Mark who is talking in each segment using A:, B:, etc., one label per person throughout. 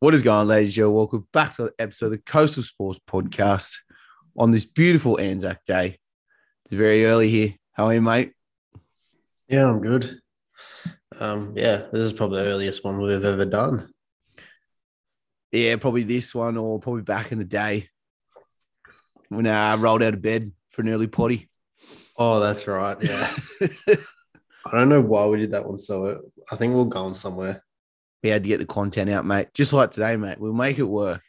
A: What is going on, ladies and gentlemen? Welcome back to the episode of the Coastal Sports Podcast on this beautiful Anzac Day. It's very early here. How are you, mate?
B: Yeah, I'm good. Um, yeah, this is probably the earliest one we've ever done.
A: Yeah, probably this one or probably back in the day when uh, I rolled out of bed for an early potty.
B: Oh, that's right. Yeah. I don't know why we did that one. So I think we're going somewhere.
A: We had to get the content out, mate. Just like today, mate. We'll make it work.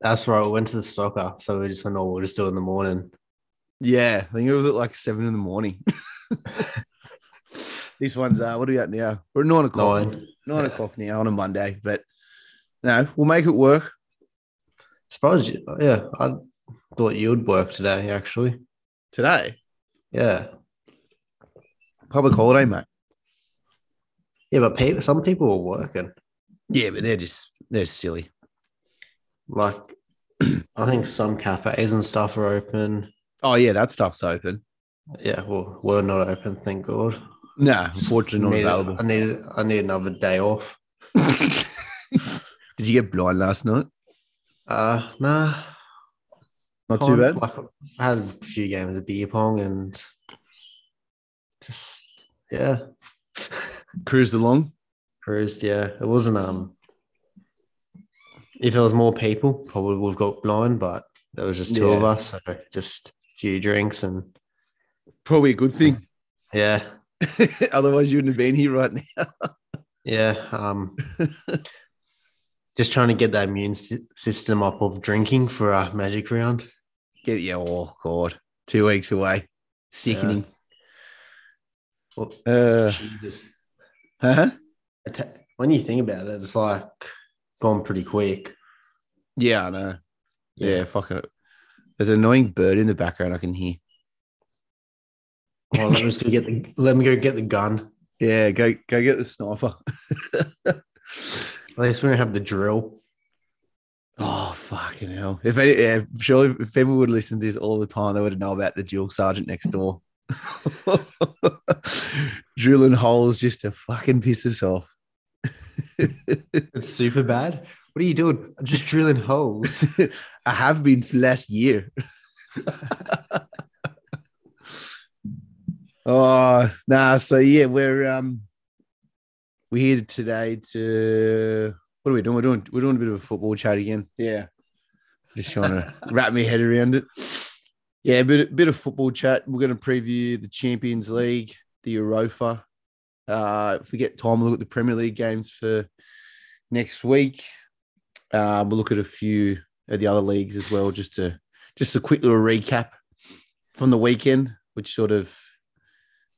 B: That's right. We went to the soccer. So we just went, oh, we'll just do it in the morning.
A: Yeah, I think it was at like seven in the morning. this one's uh, what are we at now? We're at nine o'clock.
B: Nine.
A: Nine
B: Yeah.
A: o'clock now on a Monday, but no, we'll make it work.
B: Suppose you, oh, yeah, I thought you'd work today, actually.
A: Today,
B: Yeah.
A: public holiday, mate.
B: Yeah, but people, some people were working.
A: Yeah, but they're just they're silly.
B: Like, I think some cafes and stuff are open.
A: Oh yeah, that stuff's open.
B: Yeah, well, we're not open, thank God.
A: No, unfortunately not
B: Needed-
A: available.
B: I need, I need another day off.
A: Did you get blind last night?
B: Uh, nah.
A: Not too
B: kind of
A: bad.
B: Like, I had a few games of beer pong and just yeah,
A: Cruised along.
B: cruised. Yeah, it wasn't um. If there was more people, probably would have got blind, but there was just two of
A: Yeah.
B: us, so just a few drinks and
A: Probably a good thing.
B: yeah,
A: Otherwise, you wouldn't have been here right now.
B: yeah. Um, just trying to get that immune sy- system up of drinking for our magic round.
A: Get yeah. Oh god, two weeks away. Sickening.
B: Well,
A: Uh,
B: Jesus.
A: huh?
B: Atta- when you think about it, it's like gone pretty quick.
A: Yeah, I know. Yeah, fucking. There's an annoying bird in the background I can hear.
B: Well, let me just go get the let me go get the gun.
A: Yeah, go go get the sniper.
B: At least we don't have the drill.
A: Oh fucking hell! If any, yeah, surely if people would listen to this all the time, they would know about the dual sergeant next door, drilling holes just to fucking piss us off.
B: It's super bad. What are you doing? I'm just drilling holes.
A: I have been for last year. oh nah, so yeah, we're um we're here today to what are we doing? We're doing we're doing a bit of a football chat again. Yeah. Just trying to wrap my head around it. Yeah, a bit, bit of football chat. We're going to preview the Champions League, the Europa. Uh, if we get time, we'll look at the Premier League games for next week. Uh, we'll look at a few of the other leagues as well, just to just a quick little recap from the weekend, which sort of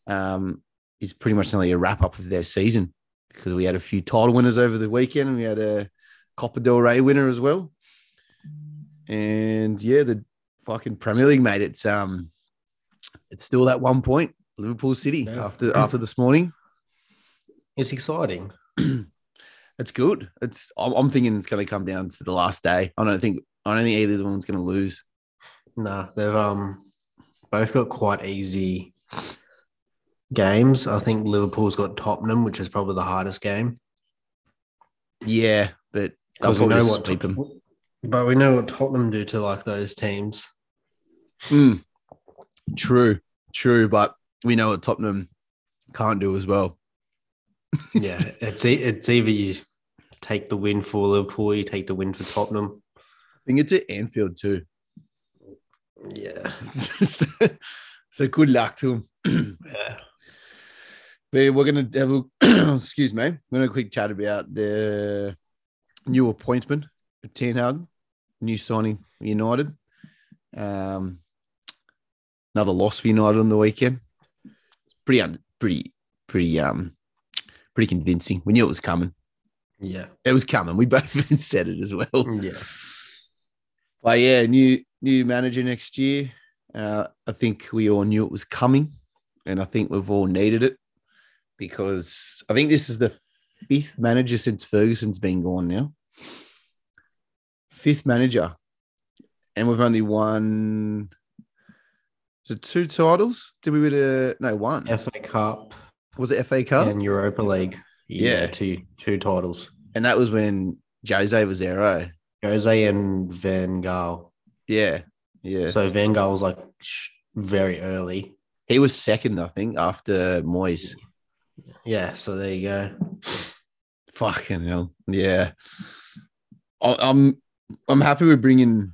A: um, is pretty much nearly a wrap up of their season because we had a few title winners over the weekend. We had a Copa del Rey winner as well, and yeah, the fucking Premier League, mate. It's um, it's still that one point Liverpool City
B: Yeah.
A: after after this morning.
B: it's exciting.
A: It's good. It's I'm, I'm thinking it's going to come down to the last day. I don't think I don't think either one's going to lose.
B: Nah, they've um both got quite easy games. I think Liverpool's got Tottenham, which is probably the hardest game.
A: Yeah, but they'll
B: Because we
A: probably
B: know
A: just
B: what
A: sweep 'em.
B: Tot- but we know what Tottenham do to like those teams.
A: Mm. True, true, but we know what Tottenham can't do as well.
B: Yeah, it's e- it's either you take the win for Liverpool, you take the win for Tottenham.
A: I think it's at Anfield too.
B: Yeah.
A: so, so good luck to them. But we're gonna have a, excuse me, we're gonna quick chat about the new appointment for Ten Hag, new signing for United. Um, another loss for United on the weekend. It's pretty, un- pretty, pretty, um, pretty convincing. We knew it was coming.
B: Yeah.
A: It was coming. We both said it as well.
B: Yeah.
A: But yeah, new new manager next year. Uh, I think we all knew it was coming, and I think we've all needed it because I think this is the fifth manager since Ferguson's been gone now. Fifth manager, and we've only won. Is it two titles? Did we win a no one?
B: FA Cup
A: Was it FA Cup?
B: and Europa League.
A: Yeah.
B: two two titles.
A: And that was when Jose was there, right?
B: Jose and Van Gaal.
A: Yeah. Yeah.
B: So Van Gaal was like sh- very early.
A: He was second, I think, after Moyes.
B: Yeah. So there you go.
A: Fucking hell. Yeah. I, I'm I'm happy we're bringing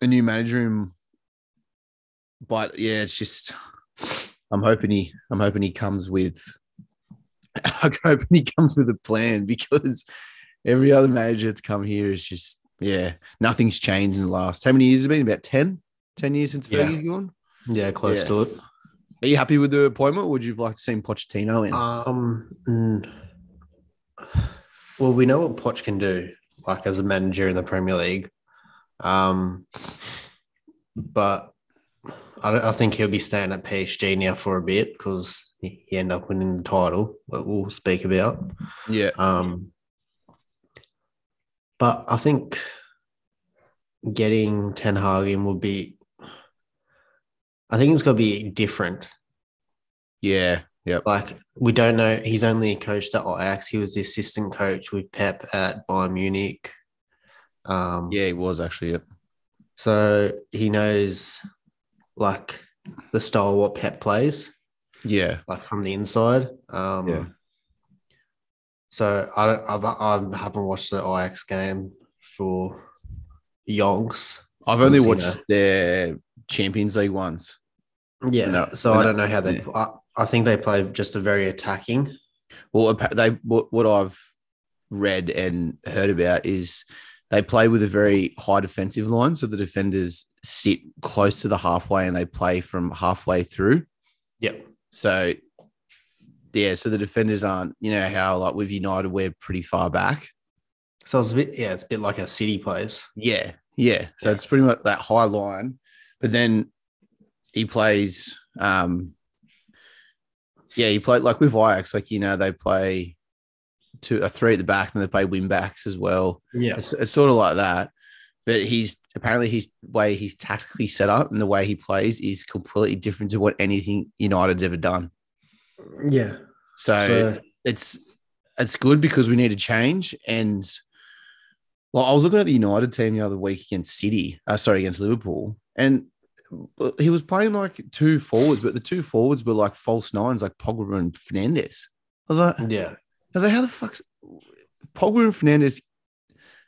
A: a new manager in, but yeah, it's just I'm hoping he I'm hoping he comes with I'm hoping he comes with a plan because every other manager that's come here is just yeah nothing's changed in the last how many years has it been about 10 10 years since
B: Yeah.
A: Fergie's gone.
B: Yeah, close
A: Yeah.
B: to it.
A: Are you happy with the appointment? Or would you have liked to see Pochettino in?
B: Um. mm. well, we know what Poch can do, like as a manager in the Premier League. Um, but I, don't- I think he'll be staying at PSG now for a bit because he, he ended up winning the title. That we'll speak about.
A: yeah,
B: Um, but I think getting Ten Hag in will be. I think it's going to be different
A: yeah, yep,
B: like we don't know. He's only coached at Ajax. He was the assistant coach with Pep at Bayern Munich. Um,
A: yeah. He was actually yep.
B: So he knows like the style what Pep plays,
A: yeah,
B: like from the inside. Um,
A: Yeah.
B: So I don't. I've, I haven't watched the Ajax game for yonks.
A: I've only
B: Pochettino.
A: watched their Champions League ones.
B: Yeah.
A: No,
B: so
A: no,
B: I don't know how they.
A: yeah.
B: I, I think they play just a very attacking.
A: Well, appa- they what, what I've read and heard about is they play with a very high defensive line, so the defenders sit close to the halfway and they play from halfway through.
B: Yep.
A: So, yeah, so the defenders aren't, you know, how like with United we're pretty far back.
B: So it's a bit. Yeah, it's a bit like a city plays.
A: Yeah, yeah. So
B: Yeah.
A: it's pretty much that high line, but then he plays. um Yeah, he played like with Ajax, like you know they play two, a three at the back, and they play win backs as well.
B: Yeah.
A: It's, it's sort of like that, but he's apparently his way he's tactically set up and the way he plays is completely different to what anything United's ever done.
B: Yeah.
A: so
B: So
A: it's it's good because we need to change. And well, I was looking at the United team the other week against City, uh, sorry, against Liverpool, and he was playing like two forwards, but the two forwards were like false nines, like Pogba and Fernandez. I was like, I
B: yeah,
A: was like, how the fuck's Pogba and Fernandez?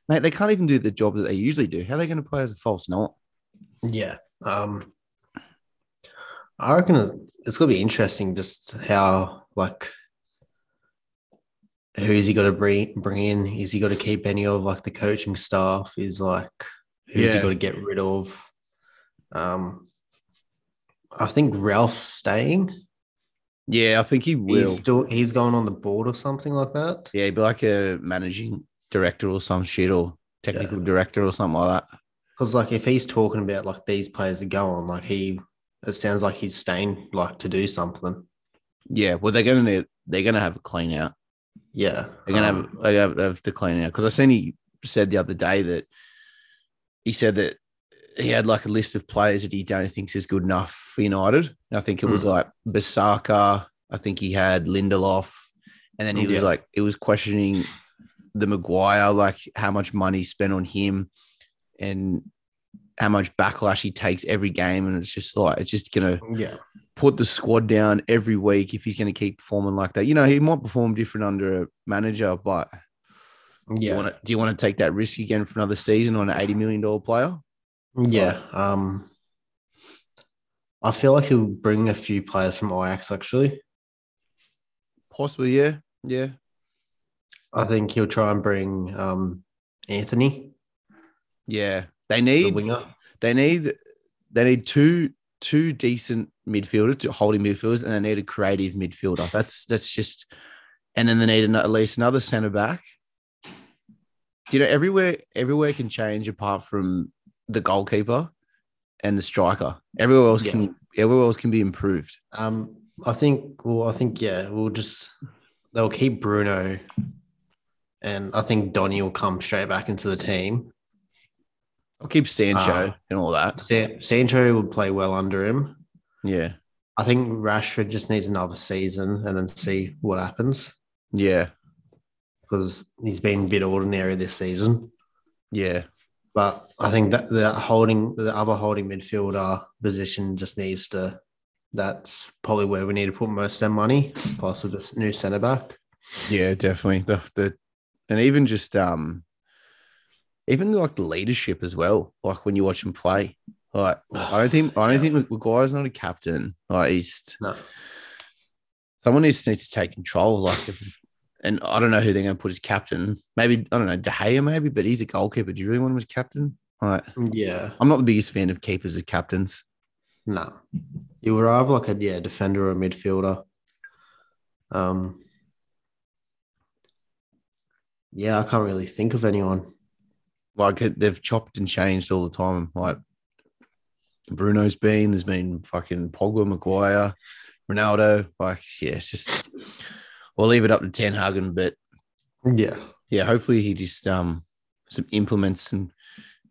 A: Mate, they can't even do the job that they usually do. How are they going to play as a false nine?
B: yeah. Um, I reckon it's gonna be interesting just how like who's he got to bring bring in? Is he got to keep any of like the coaching staff? Is like who's
A: Yeah.
B: he got to get rid of? Um, I think Ralph's staying.
A: Yeah, I think he will.
B: He's doing. He's going on the board or something like that.
A: Yeah, he'd be like a managing director or some shit or technical director or something like that.
B: Because like if he's talking about like these players are going, like he, it sounds like he's staying like to do something.
A: Yeah, well, they're gonna need, they're gonna have a clean out.
B: Yeah,
A: They're gonna
B: um,
A: have they're gonna have, have to clean out because I seen he said the other day that he said that he had like a list of players that he don't thinks is good enough for United. And I think it was
B: Hmm.
A: like Basaka. I think he had Lindelof, and then he
B: Yeah.
A: was like it was questioning the Maguire, like how much money spent on him, and how much backlash he takes every game, and it's just like it's just gonna
B: Yeah,
A: put the squad down every week if he's going to keep performing like that. You know, he might perform different under a manager, but do, you
B: yeah,
A: want to, do you want to take that risk again for another season on an eighty million dollar player?
B: yeah. Um, I feel like he'll bring a few players from Ajax. Actually,
A: Possibly, yeah, yeah,
B: I think he'll try and bring um Anthony,
A: yeah. They
B: the
A: need,
B: winger.
A: they need, they need two two decent midfielders, two holding midfielders, and they need a creative midfielder. That's that's just, and then they need an, at least another centre back. Do you know everywhere? Everywhere can change apart from the goalkeeper and the striker. Everywhere else can everywhere else can be improved.
B: Um, I think. Well, I think yeah. We'll just they'll keep Bruno, and I think Donny will come straight back into the team.
A: I'll keep Sancho
B: Ah.
A: and all that.
B: Sa- Sancho would play well under him.
A: Yeah,
B: I think Rashford just needs another season and then see what happens.
A: yeah,
B: because he's been a bit ordinary this season.
A: Yeah.
B: But I think that the holding, the other holding midfielder position just needs to. That's probably where we need to put most of their money, plus with this new centre back.
A: Yeah, definitely. The the and even just um even like the leadership as well. Like when you watch him play. Like I don't think I don't think Maguire's not a captain. Like he's
B: No.
A: someone just needs to take control. Like if- and I don't know who they're gonna put as captain. Maybe I don't know, De Gea maybe, but he's a goalkeeper. Do you really want him as captain? Like
B: Yeah.
A: I'm not the biggest fan of keepers as captains.
B: No. You would either like a yeah, defender or a midfielder. Um Yeah, I can't really think of anyone.
A: Like they've chopped and changed all the time. Like Bruno's been, there's been fucking Pogba, Maguire, Ronaldo. Like, yeah, it's just we'll leave it up to Ten Hagen, but
B: Yeah.
A: yeah, hopefully he just um some implements some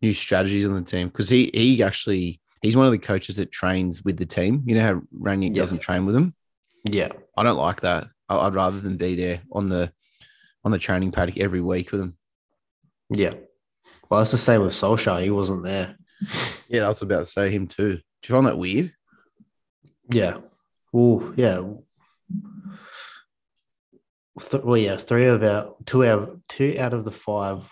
A: new strategies on the team because he he actually he's one of the coaches that trains with the team. You know how Ranić
B: Yeah.
A: doesn't train with him.
B: Yeah.
A: I don't like that. I, I'd rather than be there on the on the training paddock every week with him.
B: Yeah. Well, it's the same with Solskjaer. He wasn't there.
A: Yeah, I was about to say him too. Do you find that weird?
B: Yeah. Well, yeah. Th- well, yeah, three of our two out two out of the five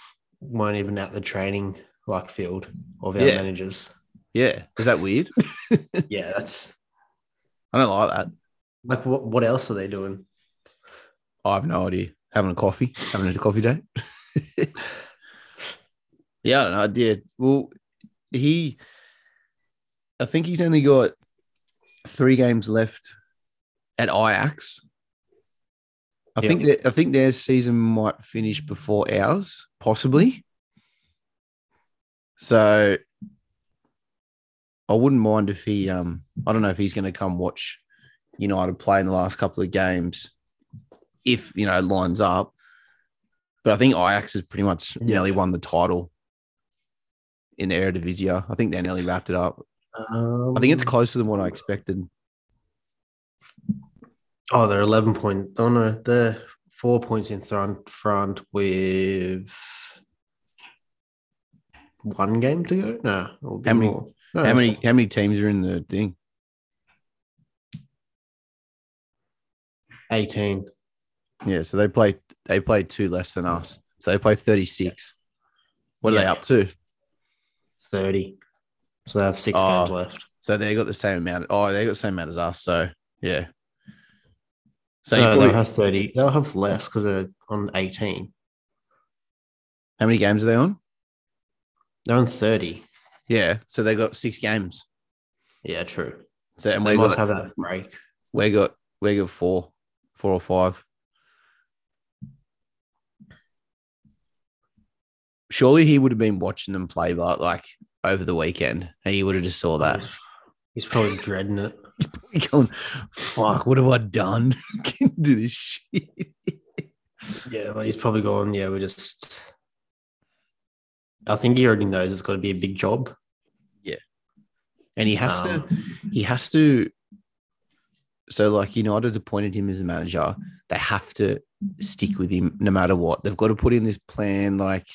B: weren't even at the training like field of our
A: Yeah.
B: managers.
A: Yeah, is that weird?
B: Yeah, that's
A: I don't like that.
B: like what what else are they doing?
A: I have no idea. Having a coffee, having a coffee date. yeah, I don't know. I did. Well, he, I think he's only got three games left at Ajax. I
B: Yeah.
A: think that I think their season might finish before ours, possibly. So I wouldn't mind if he um I don't know if he's gonna come watch United play in the last couple of games if you know it lines up. But I think Ajax has pretty much
B: Yeah.
A: nearly won the title in the Eredivisie. I think they nearly wrapped it up.
B: Um,
A: I think it's closer than what I expected.
B: Oh, they're eleven point. Oh no, they're four points in front. Front with one game to go. No, it'll be
A: How many-
B: more. No,
A: How many how many teams are in the thing?
B: Eighteen.
A: Yeah, so they play they play two less than us. So they play 36. What are they
B: Yeah.
A: up to?
B: 30. So they have six
A: Oh.
B: games left.
A: So they got the same amount. Oh, they got the same amount as us. So yeah. So you
B: no,
A: probably-
B: they'll have 30. They'll have less because they're on 18.
A: how many games are they on?
B: They're on 30.
A: Yeah. So they got six games.
B: Yeah, true.
A: So and we
B: They must
A: got
B: have that break.
A: we got we got four, four or five. Surely he would have been watching them play, but like over the weekend, and he would have just saw that.
B: He's probably dreading it.
A: going, fuck, what have I done? Can't do this shit.
B: Yeah, but he's probably gone. Yeah, we just. I think he already knows it's got to be a big job.
A: And he has to,
B: Um,
A: he has to. So, like, United's appointed him as a manager. They have to stick with him no matter what. They've got to put in this plan. Like,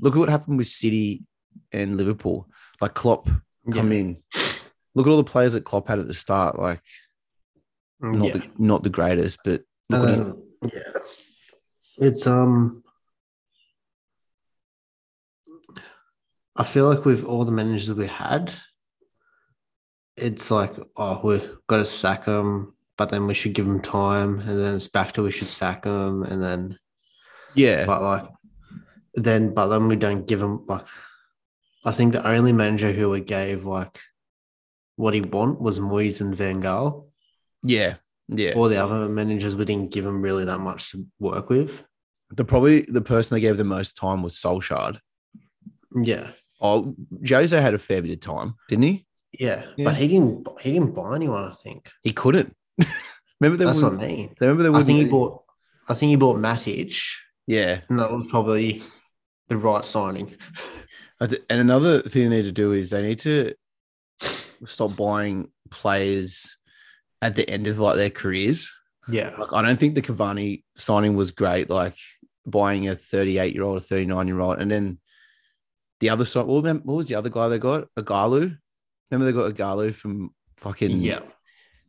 A: look at what happened with City and Liverpool. Like, Klopp come
B: yeah.
A: in. Look at all the players that Klopp had at the start. Like, not,
B: Yeah.
A: the, not the greatest, but look what he's-
B: Um, yeah. It's um I feel like with all the managers that we had, it's like, oh, we've got to sack them, but then we should give them time, and then it's back to we should sack them, and then
A: yeah.
B: but like then but then we don't give him like I think the only manager who we gave like what he want was Moyes and Van Gaal.
A: yeah. Yeah.
B: All the other managers we didn't give him really that much to work with.
A: The probably the person they gave the most time was Solskjaer.
B: Yeah.
A: Oh, Jose had a fair bit of time, didn't he?
B: Yeah.
A: Yeah.
B: But he didn't he didn't buy anyone, I think.
A: He couldn't. remember there
B: That's
A: was.
B: what I mean.
A: Remember there
B: I
A: was.
B: think he bought I think he bought Matic
A: Yeah,
B: and that was probably the right signing.
A: I th- and another thing they need to do is they need to stop buying players at the end of like their careers.
B: Yeah.
A: Like I don't think the Cavani signing was great. Like, buying a 38 year old, a 39 year old, and then the other side. Well, remem- what was the other guy they got? Agalu. Remember they got Agalu from fucking
B: Yeah.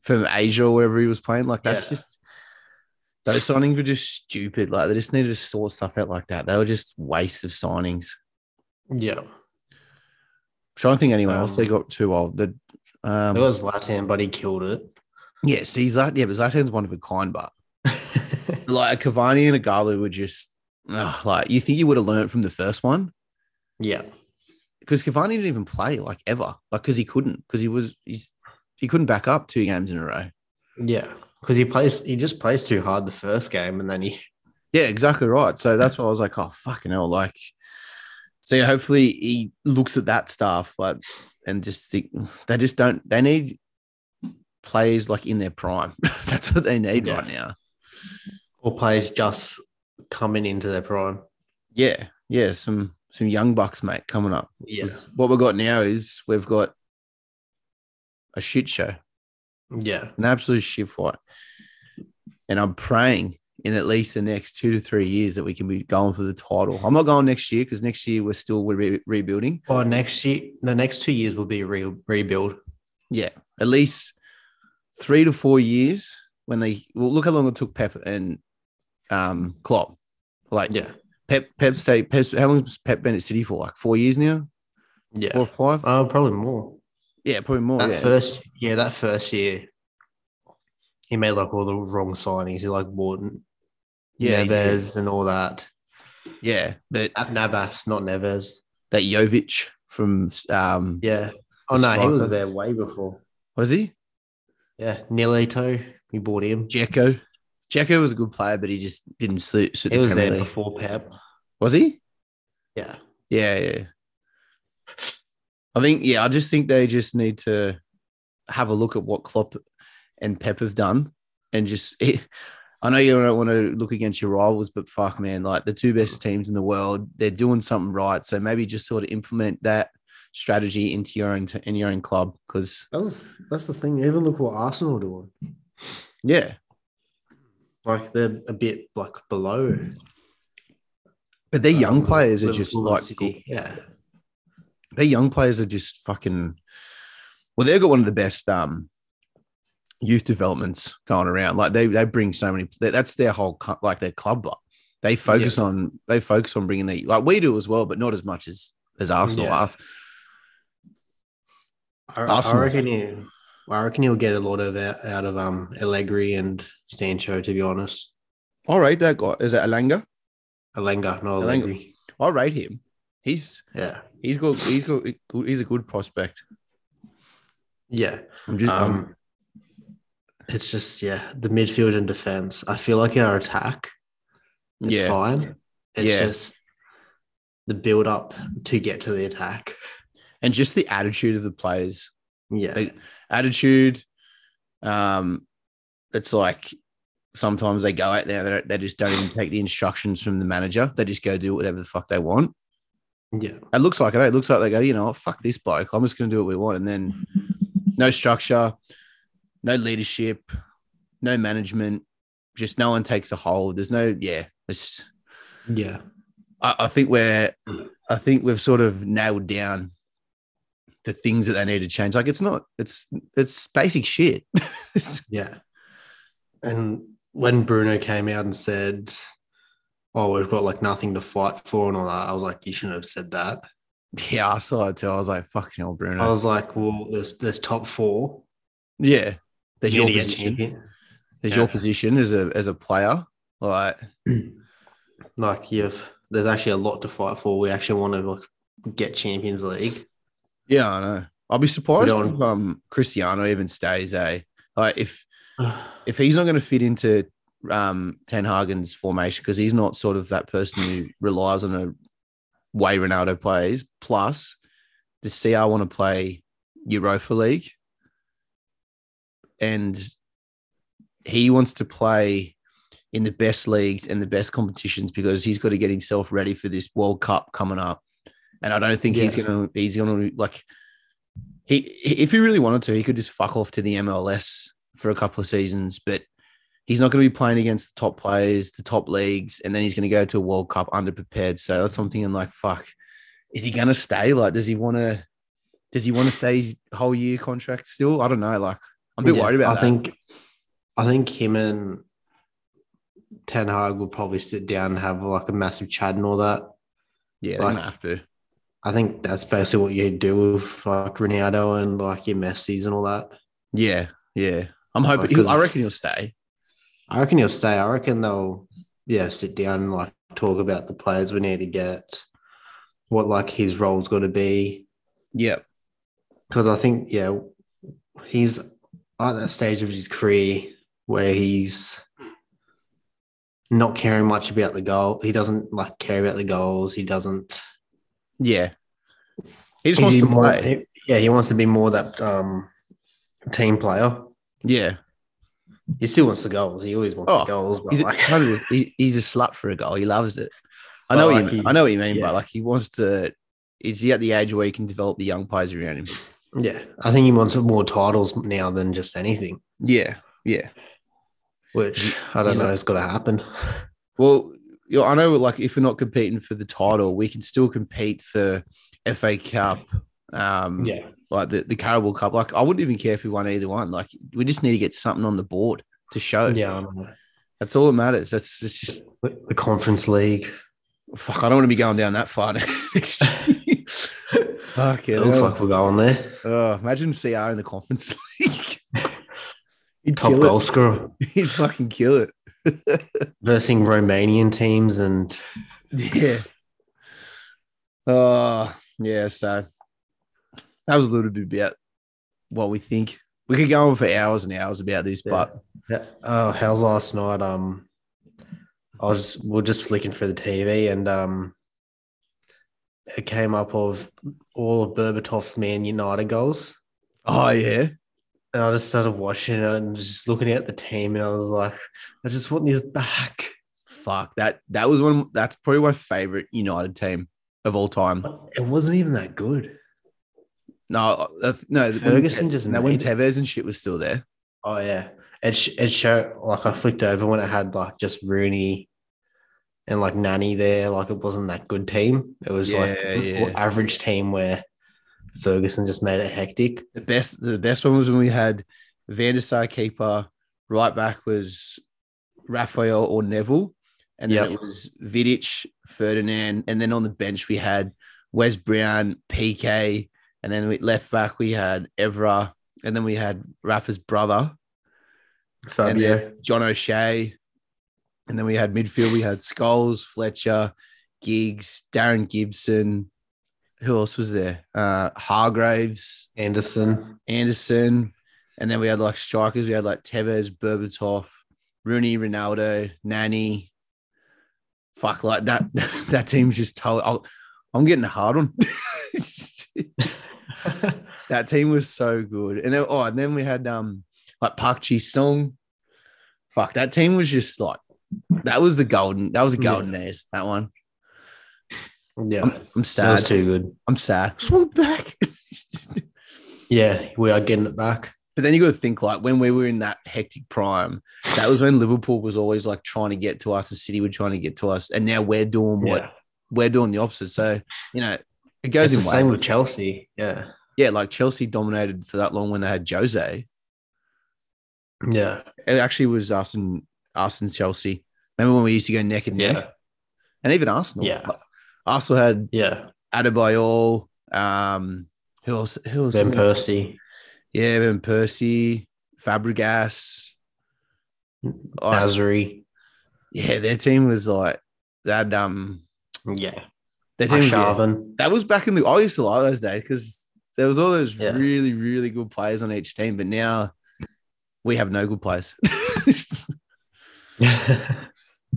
A: from Asia or wherever he was playing. Like that's
B: Yeah.
A: just those signings were just stupid. Like they just needed to sort stuff out like that. They were just waste of signings.
B: Yeah.
A: I'm trying to think anyone else they
B: Um,
A: got too old. The um,
B: There was Latin, but he killed it.
A: yeah, see, Zlatan, yeah, but Zlatan's one of a kind, but like a Cavani and a Galu were just ugh, like you think you would have learned from the first one
B: yeah.
A: because Cavani didn't even play like ever, like because he couldn't because he was he's he couldn't back up two games in a row.
B: Yeah. Because he plays, he just plays too hard the first game and then he,
A: Yeah, exactly right. So that's why I was like, oh fucking hell, like. So yeah, hopefully he looks at that stuff, like, and just think they just don't. They need players like in their prime. that's what they need
B: Yeah.
A: right now.
B: or plays just coming into their prime.
A: Yeah, yeah, some some young bucks, mate, coming up.
B: Yeah.
A: 'Cause What we've got now is we've got a shit show,
B: Yeah.
A: an absolute shit fight. And I'm praying in at least the next two to three years that we can be going for the title. I'm not going next year because next year we're still re- rebuilding.
B: Well, next year, the next two years will be a real rebuild.
A: Yeah, at least three to four years when they well look how long it took Pep and um Klopp. Like
B: Yeah.
A: Pep Pep stay Pep how long has Pep been at City for? Like four years now?
B: Yeah.
A: Four
B: uh,
A: or five?
B: Oh, probably more.
A: yeah, probably more.
B: That
A: yeah.
B: first, yeah, that first year, he made like all the wrong signings. He like Wharton,
A: Yeah, he did.
B: Neves, and all that.
A: Yeah, but
B: Uh, Navas, not Neves.
A: that Jovic from um
B: Yeah. Oh no, he was
A: Striker.
B: there way before.
A: was he
B: Yeah, Nilito, we bought him.
A: Jacko? Jacko was a good player, but he just didn't suit. suit
B: He
A: the
B: was
A: Premier
B: there
A: League.
B: before Pep.
A: Was he?
B: Yeah.
A: Yeah, yeah. I think yeah. I just think they just need to have a look at what Klopp and Pep have done, and just. I know you don't want to look against your rivals, but fuck, man, like the two best teams in the world, they're doing something right. So maybe just sort of implement that strategy into your own in your own club because
B: That's, that's the thing. Even look what Arsenal are doing.
A: yeah,
B: Like they're a bit like below.
A: but their young
B: um,
A: players are
B: Liverpool
A: just
B: and
A: like
B: City. yeah.
A: their young players are just fucking well they've got one of the best um youth developments going around like they they bring so many that- that's their whole cu- like their club like, they focus on they focus on bringing the like we do as well but not as much as as arsenal
B: Yeah.
A: Ars-
B: I, I
A: Arsenal.
B: reckon you. I reckon you'll get a lot of out, out of um Allegri and Sancho. To be honest,
A: i rate that guy is it alanga
B: Alenga, not
A: Alenga.
B: Allegri.
A: i rate him he's
B: Yeah,
A: he's got he's got he's a good prospect
B: yeah.
A: i'm just I'm-
B: Um, it's just yeah, the midfield and defense. I feel like our attack, it's
A: yeah
B: fine. It's
A: Yeah.
B: just the build up to get to the attack.
A: and just the attitude of the players
B: Yeah,
A: They- attitude. Um, it's like sometimes they go out there, they, they just don't even take the instructions from the manager. They just go do whatever the fuck they want.
B: yeah,
A: It looks like it. eh? It looks like they go, you know, what, fuck this bloke. I'm just going to do what we want. And then no structure, no leadership, no management. Just no one takes a hold. There's no, yeah. It's,
B: yeah,
A: I, I think we're, I think we've sort of nailed down the things that they need to change. Like it's not, it's, it's basic shit.
B: yeah. And when Bruno came out and said, "Oh, we've got like nothing to fight for," and all that, I was like, "You shouldn't have said that."
A: Yeah, I saw it too. I was like, fucking hell, Bruno.
B: I was like, well, there's there's top four.
A: yeah. There's
B: You
A: your
B: need to get
A: position.
B: chicken.
A: There's your
B: Yeah.
A: position as a as a player. Like,
B: Like you've there's actually a lot to fight for. We actually want to like get Champions League.
A: yeah, I know. I'll be surprised
B: We don't-
A: if um Cristiano even stays, eh? Like if
B: yeah,
A: if he's not gonna fit into um Ten Hagen's formation, because he's not sort of that person who relies on a way Ronaldo plays, plus does CR want to play Europa League? And he wants to play in the best leagues and the best competitions because he's got to get himself ready for this World Cup coming up. And I don't think he's
B: Yeah.
A: gonna he's gonna like he if he really wanted to, he could just fuck off to the MLS for a couple of seasons, but he's not going to be playing against the top players, the top leagues, and then he's going to go to a World Cup underprepared. So that's something. And like, fuck, is he going to stay? Like, does he want to? Does he want to stay his whole year contract still? I don't know. Like, I'm a bit
B: Yeah,
A: worried about.
B: I
A: that.
B: think, I think him and Ten Hag will probably sit down and have like a massive chat and all that.
A: yeah, they're
B: like-
A: gonna have to.
B: I think that's basically what you do with like Ronaldo and like your Messi's and all that.
A: Yeah, yeah. I'm
B: Like,
A: hoping. he'll- I
B: 'cause-
A: reckon he'll stay.
B: I reckon he'll stay. I reckon they'll yeah sit down and like talk about the players we need to get, what like his role's got to be.
A: Yeah,
B: Because I think yeah, he's at that stage of his career where he's not caring much about the goal. He doesn't like care about the goals. He doesn't.
A: yeah. He just wants to
B: more-
A: play.
B: yeah, he wants to be more that um team player.
A: Yeah,
B: He still wants the goals. He always wants
A: Oh,
B: the goals. But
A: he's a,
B: like,
A: totally- he- he's a slut for a goal. He loves it. I
B: But
A: know what
B: like
A: you mean.
B: he-
A: I know what you mean,
B: yeah.
A: but like he wants to. Is he at the age where he can develop the young players around him?
B: yeah, I think he wants more titles now than just anything.
A: Yeah, yeah.
B: which I don't
A: he's
B: know
A: not-
B: is going to happen.
A: Well, you know, I know. Like, if we're not competing for the title, we can still compete for FA Cup. Um,
B: Yeah,
A: like the the Carabao Cup. Like, I wouldn't even care if we won either one. Like, we just need to get something on the board to show.
B: yeah. I don't know.
A: that's all that matters. That's that's just
B: The the Conference League.
A: Fuck, I don't want to be going down that far next year. Fuck
B: It
A: it.
B: looks like we're going there.
A: oh, imagine CR in the conference league. He'd
B: Top
A: kill
B: goal scorer
A: it. He'd fucking kill it.
B: versing Romanian teams, and
A: Yeah. Oh, yeah. So that was a little bit about what we think. We could go on for hours and hours about this, but
B: Yeah. oh, how's last night? Um, I was we we're just flicking through the TV, and um, it came up of all of Berbatov's Man United goals.
A: oh yeah.
B: And I just started watching it and just looking at the team, and I was like, I just want this back.
A: Fuck. That that was one that's probably my favorite United team of all time.
B: It wasn't even that good.
A: No, that's- no, when-
B: Ferguson just
A: no, when
B: made it.
A: Tevez and shit was still there.
B: Oh yeah, it sh- it showed like I flicked over when it had like just Rooney and like Nanny there. Like it wasn't that good team. It was like
A: Yeah,
B: an
A: yeah.
B: average team where Ferguson just made it hectic.
A: The best the best one was when we had Van der Sar keeper, right back was Raphael or Neville, and then
B: Yep.
A: it was Vidic, Ferdinand, and then on the bench we had Wes Brown, PK, and then we left back we had Evra, and then we had Rafa's brother,
B: Fabio,
A: John O'Shea, and then we had midfield, we had Skulls, Fletcher, Giggs, Darren Gibson. Who else was there? Uh, Hargraves.
B: Anderson,
A: Anderson, and then we had like strikers. We had like Tevez, Berbatov, Rooney, Ronaldo, Nani. Fuck, like that. That team's just totally. I'll, I'm getting a hard on. that team was so good, and then oh, and then we had um like Park Ji Sung. Fuck, that team was just like that was the golden. That was a
B: Yeah.
A: golden days. That one.
B: yeah,
A: I'm
B: that was
A: sad.
B: too good.
A: I'm sad. Just want it back.
B: Yeah, we are getting it back.
A: But then you got to think like when we were in that hectic prime, that was when Liverpool was always like trying to get to us, and City were trying to get to us, and now we're doing what
B: Yeah.
A: we're doing the opposite. So you know, it goes
B: It's the
A: in waves.
B: same with Chelsea. Yeah,
A: yeah, like Chelsea dominated for that long when they had Jose.
B: yeah,
A: It actually was us and us and Chelsea. Remember when we used to go neck and neck,
B: yeah,
A: and even Arsenal.
B: Yeah.
A: Like, Arsenal had
B: yeah.
A: Adebayor. Um, who else? Who else?
B: Ben Percy,
A: yeah, Van Persie, Fabregas. Like,
B: Nazari,
A: Yeah, their team was like that. Um,
B: yeah,
A: their team was, yeah.
B: Arshavin.
A: that was back in the. I used to like those days because there was all those
B: Yeah.
A: really, really good players on each team. But now we have no good players.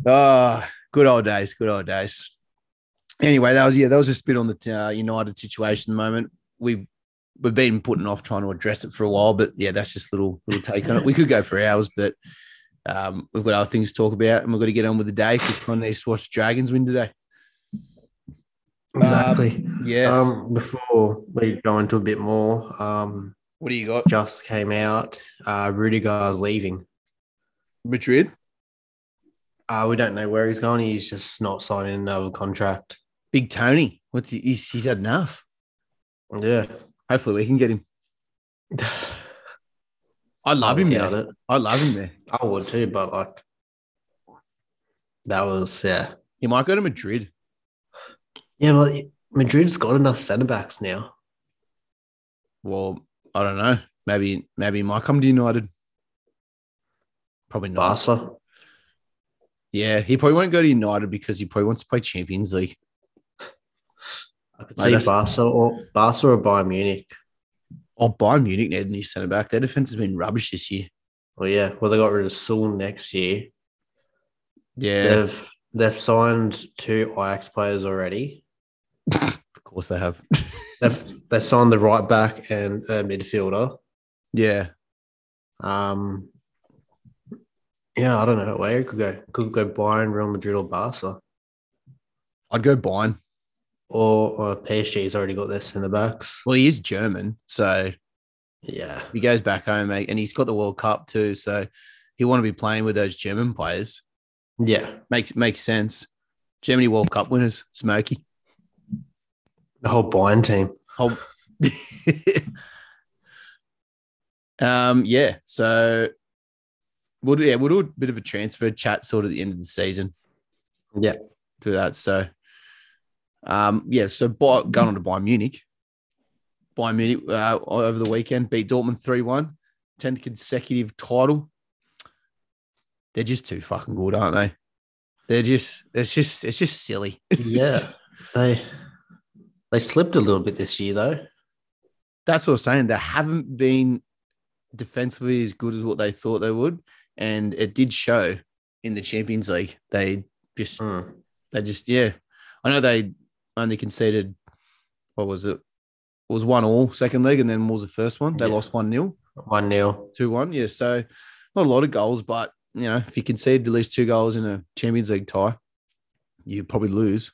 A: Ah, good old days. Good old days. Anyway, that was yeah, that was a spit on the uh, United situation. At the moment we we've been putting off trying to address it for a while, but yeah, that's just little little take on it. We could go for hours, but um, we've got other things to talk about, and we've got to get on with the day because Connie needs to watch Dragons win today.
B: exactly.
A: Yes.
B: Um, before we go into a bit more, um,
A: what do you got?
B: just came out. Uh, Rudiger's leaving.
A: Madrid.
B: Uh, we don't know where he's going. He's just not signing another contract.
A: Big Tony. What's he, he's, he's had enough.
B: Yeah.
A: Hopefully we can get him. I love him
B: Doubt
A: there.
B: it.
A: I love him there.
B: I would too, but like that was yeah.
A: He might go to Madrid.
B: Yeah, but Madrid's got enough centre backs now.
A: Well, I don't know. Maybe maybe he might come to United. Probably not.
B: Barca.
A: Yeah, he probably won't go to United because he probably wants to play Champions League.
B: I could
A: Mate,
B: see
A: that's-
B: Barca or Barca or Bayern Munich.
A: Oh, Bayern Munich need a new centre back. Their defense has been rubbish this year.
B: Well, yeah. Well, they got rid of Sewell next year.
A: Yeah,
B: They've they've signed two Ajax players already.
A: of course they have.
B: They've, they signed the right back and a midfielder.
A: yeah,
B: Um, yeah, I don't know where it could go. Could go Bayern, Real Madrid, or Barca,
A: I'd go Bayern.
B: or, or PSG's already got their centre backs.
A: Well, he is German, so
B: Yeah,
A: he goes back home, mate, and he's got the World Cup too. So he want to be playing with those German players.
B: yeah.
A: Makes makes sense. Germany World Cup winners, Smoky.
B: The whole Bayern team.
A: Whole- um, yeah. So we'll do, yeah we'll do a bit of a transfer chat sort of at the end of the season.
B: Yeah.
A: do that. So, um, yeah. So by, going on to Bayern Munich, Bayern Munich uh, over the weekend beat Dortmund three one, 10th consecutive title. They're just too fucking good, aren't they? They're just it's just it's just silly.
B: Yeah, they they slipped a little bit this year though.
A: that's what I'm saying. They haven't been defensively as good as what they thought they would, and it did show in the Champions League. They just,
B: Mm.
A: they just, yeah. I know they only conceded. What was it? It was one all second leg, and then what was the first one? They
B: Yeah.
A: lost one 0
B: One 0
A: two one. Yeah, so not a lot of goals, but you know, if you concede at least two goals in a Champions League tie, you probably lose.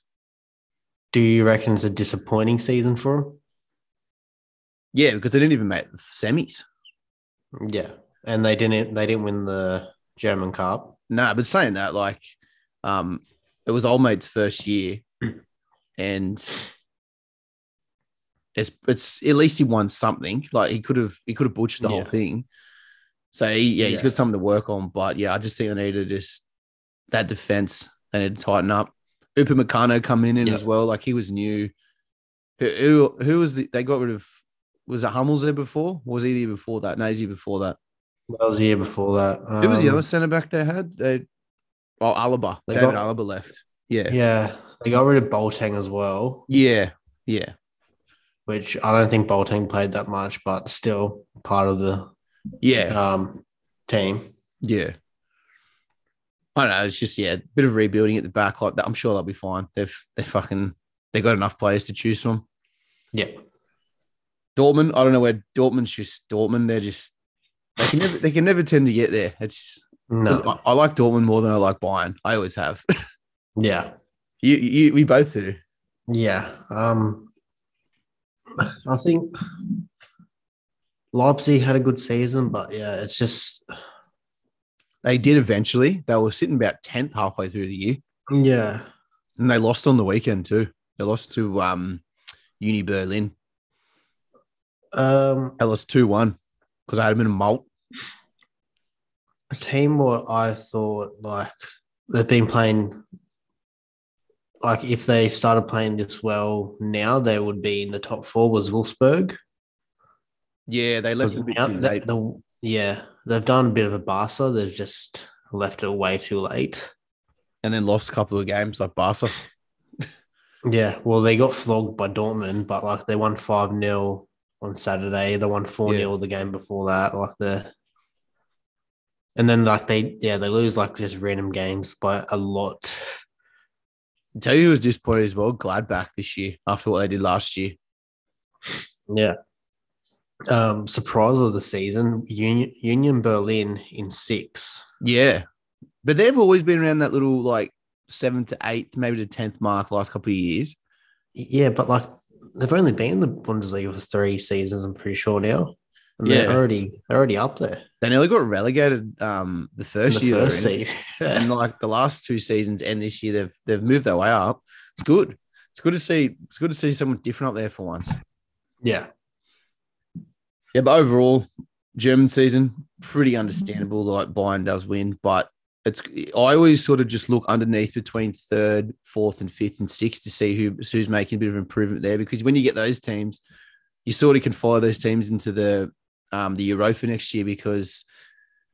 B: Do you reckon it's a disappointing season for
A: Yeah, because they didn't even make the semis.
B: them? Yeah, and they didn't. They didn't win the German Cup.
A: No, but saying that, like, um, it was old mate's first year,
B: Hmm.
A: and it's it's at least he won something. Like he could have he could have butchered the whole
B: Yeah.
A: thing. So he, yeah, he's
B: Yeah.
A: got something to work on. But yeah, I just think they need to just that defense they need to tighten up. Upamecano come in, in
B: Yeah.
A: as well. Like he was new. Who who, who was the, they got rid of? Was it Hummels there before? Was he there before that? No, he's here before that.
B: That was the year before that.
A: Who was the
B: Um,
A: other centre back they had? They, oh, Alaba.
B: They
A: David
B: got-
A: Alaba left. Yeah.
B: Yeah, they got rid of Boltang as well,
A: Yeah. Yeah.
B: which I don't think Boltang played that much, but still part of the
A: Yeah.
B: um, team.
A: Yeah. I don't know. It's just, yeah, a bit of rebuilding at the back like that. I'm sure they'll be fine. They've, they're fucking, they got enough players to choose from.
B: Yeah,
A: Dortmund, I don't know where Dortmund's just Dortmund. They're just, they can never, they can never tend to get there. It's, 'cause
B: no,
A: I, I like Dortmund more than I like Bayern. I always have.
B: yeah,
A: you, you, we both do.
B: yeah. Um, I think Leipzig had a good season, but yeah, it's just
A: They did eventually. They were sitting about 10th halfway through the year.
B: yeah,
A: And they lost on the weekend too. They lost to um, Uni Berlin.
B: um,
A: They lost 2 1 because I had them in a malt.
B: a team what I thought like they've been playing. Like if they started playing this well now, they would be in the top four. Was Wolfsburg?
A: Yeah, they left
B: Because
A: it a bit
B: now
A: too
B: the-
A: late.
B: the- yeah, they've done a bit of a Barca. They've just left it way too late.
A: And then lost a couple of games like Barca.
B: Yeah, well, they got flogged by Dortmund, but like they won 5 0 on Saturday. They won 4 0 the game before that. Like the. And then, like, they, yeah, they lose like just random games by a lot.
A: Tell you who was disappointed as well, Gladbach this year after what they did last year.
B: Yeah. Um, surprise of the season, Union, Union Berlin in six.
A: Yeah. But they've always been around that little like seventh to eighth, maybe to tenth mark last couple of years.
B: Yeah, but like they've only been in the Bundesliga for three seasons, I'm pretty sure now. And they're
A: Yeah.
B: already they're already up there.
A: They nearly got relegated um, the
B: in
A: first
B: the
A: year, they're
B: first
A: in.
B: seed.
A: and like the last two seasons and this year, they've they've moved their way up. It's good. It's good to see. It's good to see someone different up there for once.
B: yeah.
A: Yeah, but overall, German season pretty understandable. Like Bayern does win, but it's I always sort of just look underneath between third, fourth, and fifth and sixth to see who who's making a bit of improvement there. Because when you get those teams, you sort of can follow those teams into the um the Euro for next year because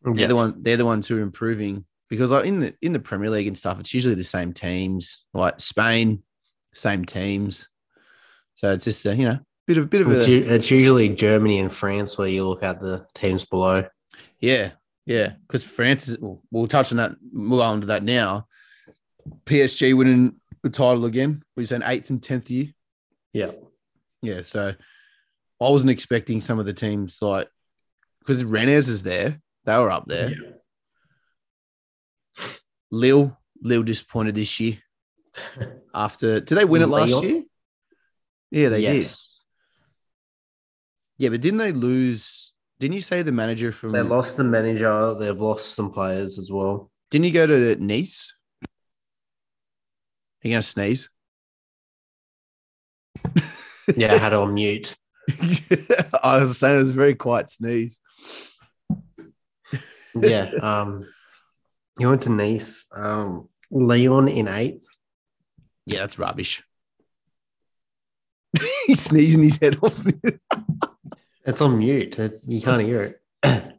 A: they're
B: Yeah.
A: the one they're the ones who are improving. Because like in the in the Premier League and stuff, it's usually the same teams. Like Spain, same teams. So it's just a, you know bit of bit of a
B: It's, u- it's usually Germany and France where you look at the teams below.
A: Yeah, yeah. Because France is. We'll, we'll touch on that. We'll go on to that now. PSG winning the title again. Was an eighth and tenth year.
B: Yeah.
A: yeah. So I wasn't expecting some of the teams like because Rennes is there. They were up there. Lille, Lille disappointed this year. After did they win it last
B: Lyon?
A: year? Yeah, they did.
B: yes.
A: Yeah, but didn't they lose? Didn't you say the manager from?
B: They lost the manager. They've lost some players as well.
A: Didn't you go to Nice? Are you gonna sneeze?
B: Yeah, I had it on mute.
A: I was saying it was a very quiet sneeze.
B: Yeah. Um, you went to Nice. Um, Leon in eighth.
A: Yeah, that's rubbish. He's sneezing his head off.
B: It's on mute. It- you can't hear it.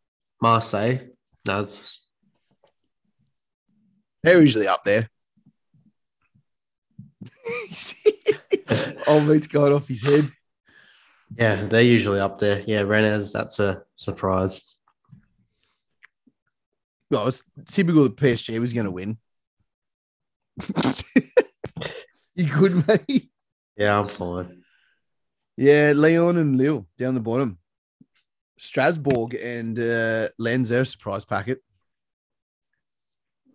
B: Marseille. No, it's
A: They're usually up there. Old mate's going off his head.
B: yeah, they're usually up there. Yeah, Rennes. That's a surprise.
A: Well, it's typical that PSG was going to win. you could, mate.
B: Yeah, I'm fine.
A: Yeah, Leon and Lille down the bottom. Strasbourg and uh, Lens, their surprise packet.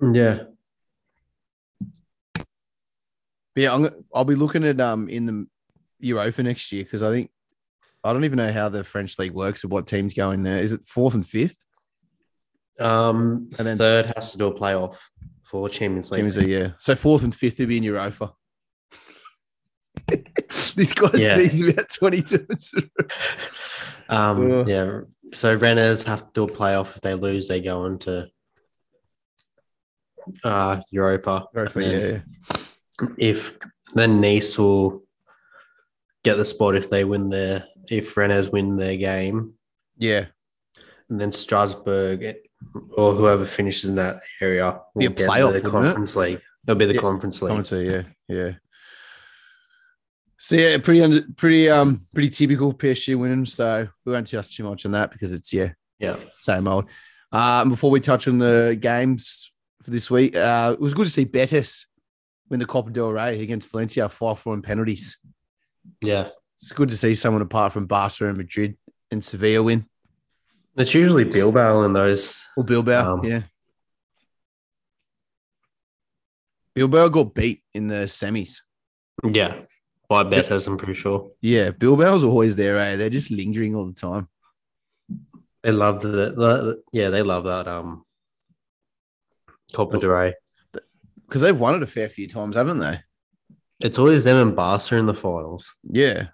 B: Yeah.
A: But yeah, I'm, gonna- I'll be looking at um in the Euro for next year because I think I don't even know how the French league works or what teams go in there. Is it fourth and fifth?
B: Um,
A: And
B: and
A: then-
B: then third has to do a playoff for Champions League.
A: Teams are, yeah. So fourth and fifth will be in Europa. this guy
B: Yeah.
A: sneezes about 22. minutes.
B: Um,
A: Ugh.
B: yeah. So Rennes have to do a playoff. If they lose, they go on to uh, Europa.
A: Europa,
B: And
A: yeah.
B: then If then Nice will get the spot if they win their if Rennes win their game,
A: Yeah.
B: and then Strasbourg or whoever finishes in that area will
A: Be a
B: get
A: playoff,
B: the
A: wouldn't it?
B: Conference League. It'll be the
A: Yeah.
B: Conference League.
A: I would say, yeah, yeah. So yeah, pretty under, pretty um pretty typical PSG winning. So we won't touch too much on that because it's yeah
B: Yeah.
A: same old. Um, before we touch on the games for this week, uh, it was good to see Betis win the Copa del Rey against Valencia five four in penalties.
B: Yeah.
A: It's good to see someone apart from Barca and Madrid and Sevilla win
B: It's usually Bilbao in those.
A: or Bilbao.
B: Um,
A: yeah, Bilbao got beat in the semis.
B: Yeah. By Betis, I'm pretty sure.
A: Yeah, Bilbao's always there, eh? They're just lingering all the time.
B: They love the, the yeah, they love that um Copa del Rey.
A: because they've won it a fair few times, haven't they?
B: It's always them and Barca in the finals
A: Yeah,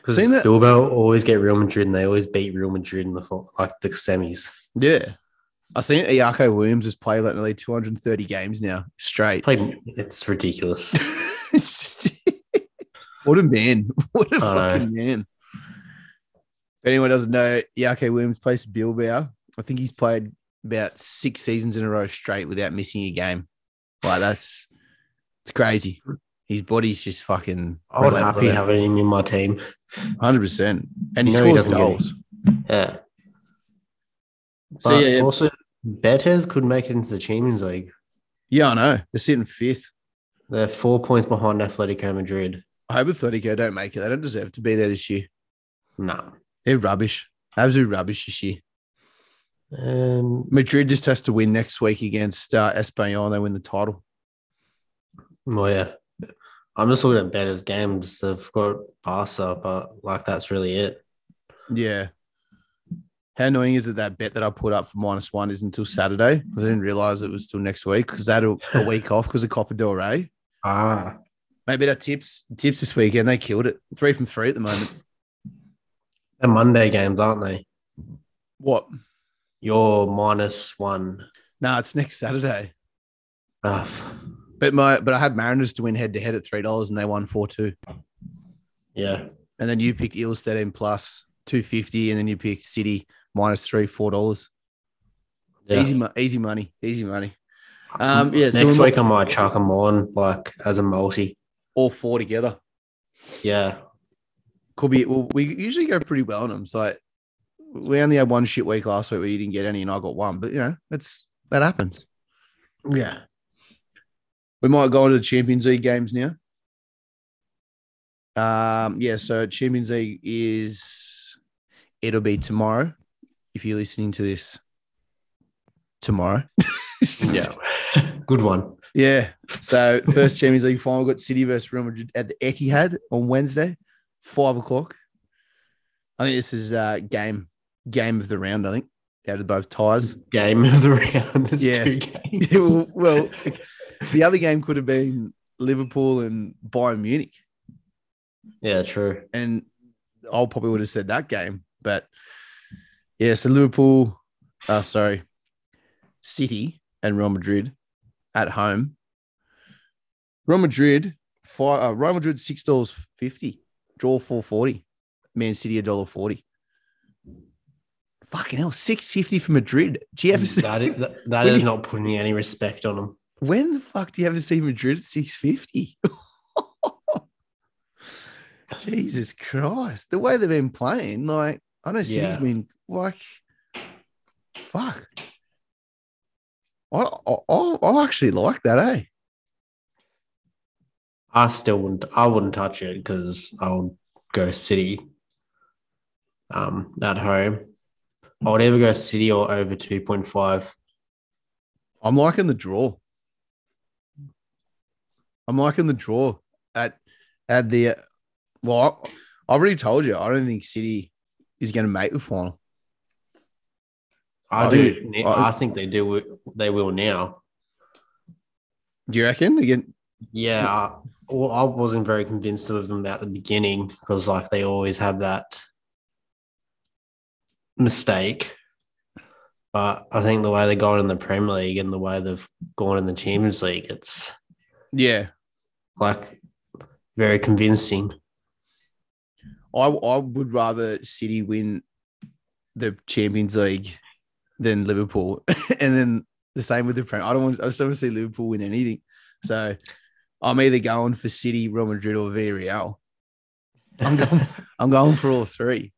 B: because
A: Seen that-
B: Bilbao always get Real Madrid and they always beat Real Madrid in the fi- like the semis.
A: yeah. I seen Iaco Williams has played like nearly 230 games now straight.
B: Played, it's ridiculous.
A: It's just- what a man! What a
B: I know.
A: fucking man! If anyone doesn't know, Iaco Williams plays for Bilbao. I think he's played about six seasons in a row straight without missing a game. Like that's it's crazy. His body's just fucking.
B: I would happy having him in my team.
A: hundred percent, and he
B: No, he
A: scores
B: doesn't get it.
A: goals.
B: Yeah, but
A: So yeah, yeah,
B: also Betis could make it into the Champions League.
A: Yeah, I know. They're sitting fifth.
B: They're four points behind Atletico Madrid.
A: I hope Atletico don't make it. They don't deserve to be there this year.
B: No,
A: They're rubbish. Absolute rubbish this year.
B: and
A: Madrid just has to win next week against uh, Espanyol. They win the title.
B: well, yeah, I'm just looking at betters games. They've got Barca, but like that's really it.
A: Yeah. How annoying is it that bet that I put up for minus one is until Saturday? 'Cause I didn't realize it was till next week because they had a, a week off because of Copa del Rey.
B: Ah,
A: Maybe that tips tips this weekend. They killed it. Three from three at the moment.
B: they're Monday games, aren't they?
A: What?
B: You're minus one.
A: No, it's next Saturday.
B: Ah, f-
A: But my but I had Mariners to win head to head at three dollars and they won four two.
B: yeah.
A: And then you picked Eels thirteen plus two fifty, and then you picked City minus three four dollars.
B: yeah.
A: Easy, mo- easy money, easy money. Um, yeah, so
B: Next
A: we might-
B: week I might chuck them on like as a multi.
A: All four together
B: Yeah.
A: could be. Well, we usually go pretty well on them. So like, we only had one shit week last week where you didn't get any, and I got one. But you know, that's that happens.
B: Yeah.
A: We might go on to the Champions League games now. Um, yeah, so Champions League is it'll be tomorrow. If you're listening to this tomorrow,
B: Yeah. Good one.
A: Yeah. So first Champions League final we've got City versus Real Madrid at the Etihad on Wednesday, five o'clock. I think this is uh game game of the round. I think out of both ties.
B: Game of the round. There's
A: Yeah.
B: two games.
A: well, the other game could have been Liverpool and Bayern Munich,
B: yeah, true.
A: and I probably would have said that game, but yeah. So Liverpool, uh, sorry, City and Real Madrid at home. Real Madrid, five, uh, Real Madrid six dollars fifty, draw four forty, Man City a dollar forty. Fucking hell, six fifty for Madrid. Do you ever see
B: That is, that, that is not putting any respect on them.
A: when the fuck do you ever see Madrid at six fifty? Jesus Christ, the way they've been playing, like I know City's
B: Yeah.
A: been like, fuck. I, I I I actually like that, eh?
B: I still wouldn't. I wouldn't touch it because I would go City. Um, at home, I would either go City or over two point five.
A: I'm liking the draw. I'm liking the draw at at the well. I, I've already told you. I don't think City is going to make the final.
B: I,
A: I
B: do.
A: I-
B: I, think they do. They will now.
A: Do you reckon? Again,
B: Yeah. I, well, I wasn't very convinced of them at the beginning because, like, they always have that mistake. But I think the way they got in the Premier League and the way they've gone in the Champions League, it's
A: yeah.
B: like very convincing.
A: I I would rather City win the Champions League than Liverpool, and then the same with the Premier. I don't want. I just don't want to see Liverpool win anything. So I'm either going for City, Real Madrid, or Villarreal. I'm going. I'm going for all three.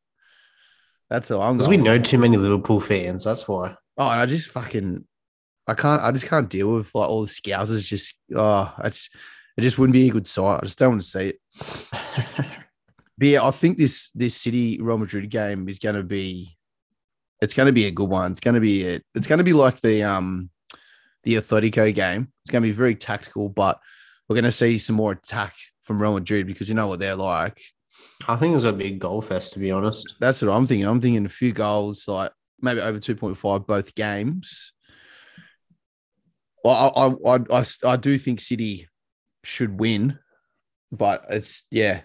A: That's all I'm
B: Because
A: going.
B: we
A: for.
B: know too many Liverpool fans, that's why.
A: Oh, and I just fucking, I can't. I just can't deal with like all the scousers. Just oh, it's it just wouldn't be a good sight. I just don't want to see it. But yeah, I think this this City Real Madrid game is going to be, it's going to be a good one. It's going to be it. It's going to be like the um, the Atletico game. It's going to be very tactical, but we're going to see some more attack from Real Madrid because you know what they're like.
B: I think it's gonna be a goal fest, to be honest.
A: That's what I'm thinking. I'm thinking a few goals, like maybe over 2.5 both games. Well, I, I, I, I, I do think City should win, but it's yeah.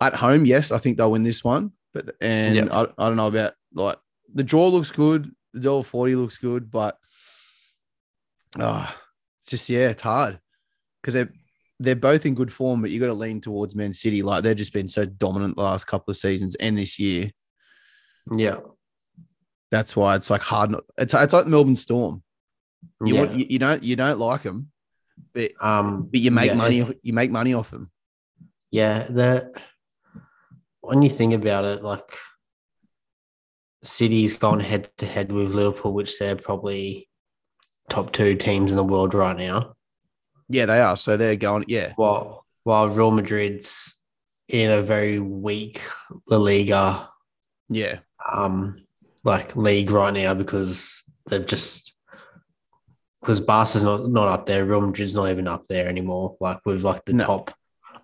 A: At home, yes, I think they'll win this one, but and
B: Yeah.
A: I, I don't know about like the draw looks good, the dollar forty looks good, but ah, it's just yeah, it's hard because they're they're both in good form, but you got to lean towards Man City. Like they've just been so dominant the last couple of seasons and this year.
B: Yeah.
A: That's why it's like hard. Not, it's, it's like Melbourne Storm. You
B: yeah.
A: want you, you don't you don't like them, but
B: um
A: but you make
B: yeah,
A: money you make money off them.
B: Yeah, that when you think about it, like City's gone head to head with Liverpool, which they're probably top two teams in the world right now.
A: Yeah, they are. So they're going. Yeah,
B: While while Real Madrid's in a very weak La Liga
A: yeah,
B: um like league right now because they've just because Barca's not not up there. Real Madrid's not even up there anymore. Like with like the
A: No.
B: top,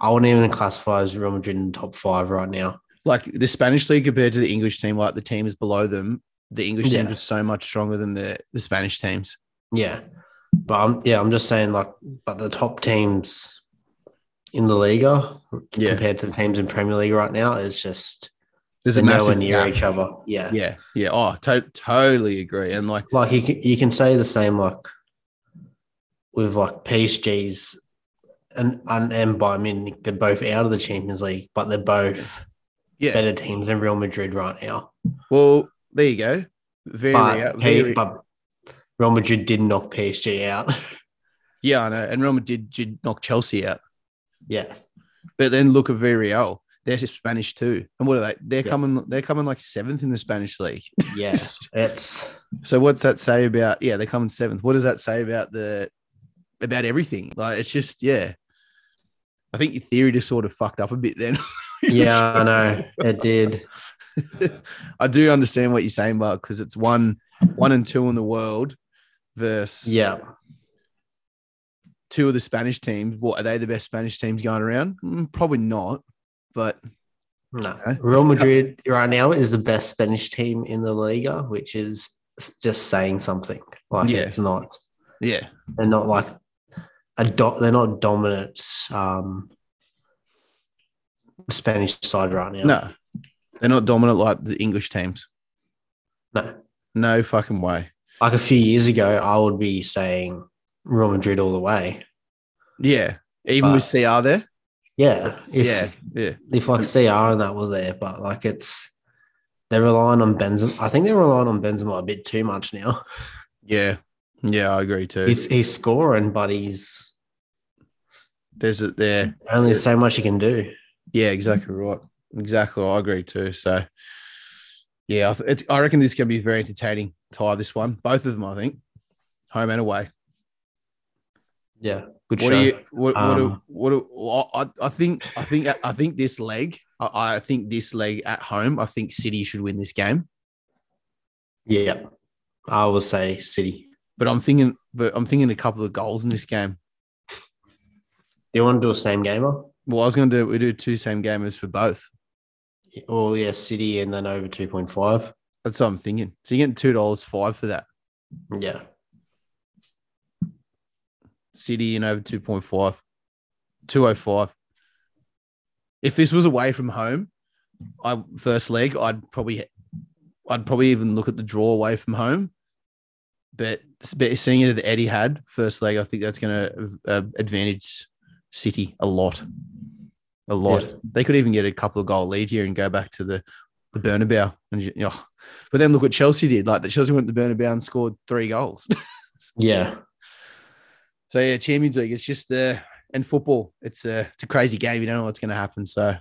B: I wouldn't even classify as Real Madrid in the top five right now.
A: Like the Spanish league compared to the English team, like the team is below them. The English
B: Yeah.
A: teams are so much stronger than the, the Spanish teams.
B: Yeah, but I'm yeah, I'm just saying like, but the top teams in the Liga
A: Yeah.
B: compared to the teams in Premier League right now is just
A: There's a
B: they're nowhere
A: massive
B: near
A: gap.
B: each other. Yeah,
A: Yeah, yeah. Oh, to- totally agree. And like,
B: like you can, you can say the same like with like PSG's and and, and Bayern Munich, they're both out of the Champions League, but they're both
A: Yeah.
B: better teams than Real Madrid right now.
A: well, there you go. Very,
B: But,
A: rare-
B: P-
A: very-
B: but Real Madrid did knock PSG out.
A: yeah, I know. And Roma did, did knock Chelsea out,
B: yeah,
A: but then look at Villarreal. They're Spanish too, and what are they? They're
B: Yeah.
A: coming. They're coming like seventh in the Spanish league.
B: yes, it's
A: So what's that say about? Yeah, they're coming seventh. What does that say about the about everything? Like it's just yeah. I think your theory just sort of fucked up a bit then.
B: yeah, I know it did.
A: I do understand what you're saying, but because it's one, one and two in the world versus
B: Yeah,
A: two of the Spanish teams. What are they the best Spanish teams going around? Mm, probably not, but
B: no.
A: Okay.
B: Real Madrid right now is the best Spanish team in the Liga, which is just saying something. Like
A: Yeah.
B: it's not.
A: yeah,
B: they're not like a do- they're not dominant um Spanish side right now.
A: no, they're not dominant like the English teams.
B: No.
A: No fucking way.
B: Like a few years ago, I would be saying Real Madrid all the way.
A: Yeah, even with CR there.
B: Yeah. If
A: Yeah, yeah,
B: if like CR and that were there, but like it's they're relying on Benzema. I think they're relying on Benzema a bit too much now.
A: yeah, yeah. I agree too.
B: He's he's scoring, but he's
A: There's it there.
B: only so much he can do.
A: Yeah, exactly right. Exactly, I agree too. So, yeah, I th- it's, I reckon this can be very entertaining. Tie this one, both of them. I think, home and away.
B: Yeah. Good
A: What
B: show.
A: do you? What? What? do-
B: Um,
A: what? do- well, I, I think. I think. I think this leg. I, I think this leg at home. I think City should win this game.
B: yeah. I will say City.
A: But I'm thinking. But I'm thinking a couple of goals in this game.
B: Do you want to do a same gamer?
A: Well, I was going to do. We do two same gamers for both.
B: Well, yeah, City and then over 2.5.
A: That's what I'm thinking. So you're getting two dollars five for that
B: Yeah.
A: City and over 2.5, 205. If this was away from home, I first leg, I'd probably, I'd probably even look at the draw away from home. But, but seeing it at the Etihad first leg, I think that's going to uh, advantage City a lot, a lot.
B: Yeah.
A: They could even get a couple of goal lead here and go back to the the Bernabeu. And you know, but then look what Chelsea did. Like the Chelsea went to Bernabeu and scored three goals.
B: Yeah.
A: So yeah, Champions League. It's just uh and football. It's a it's a crazy game. You don't know what's going to happen. So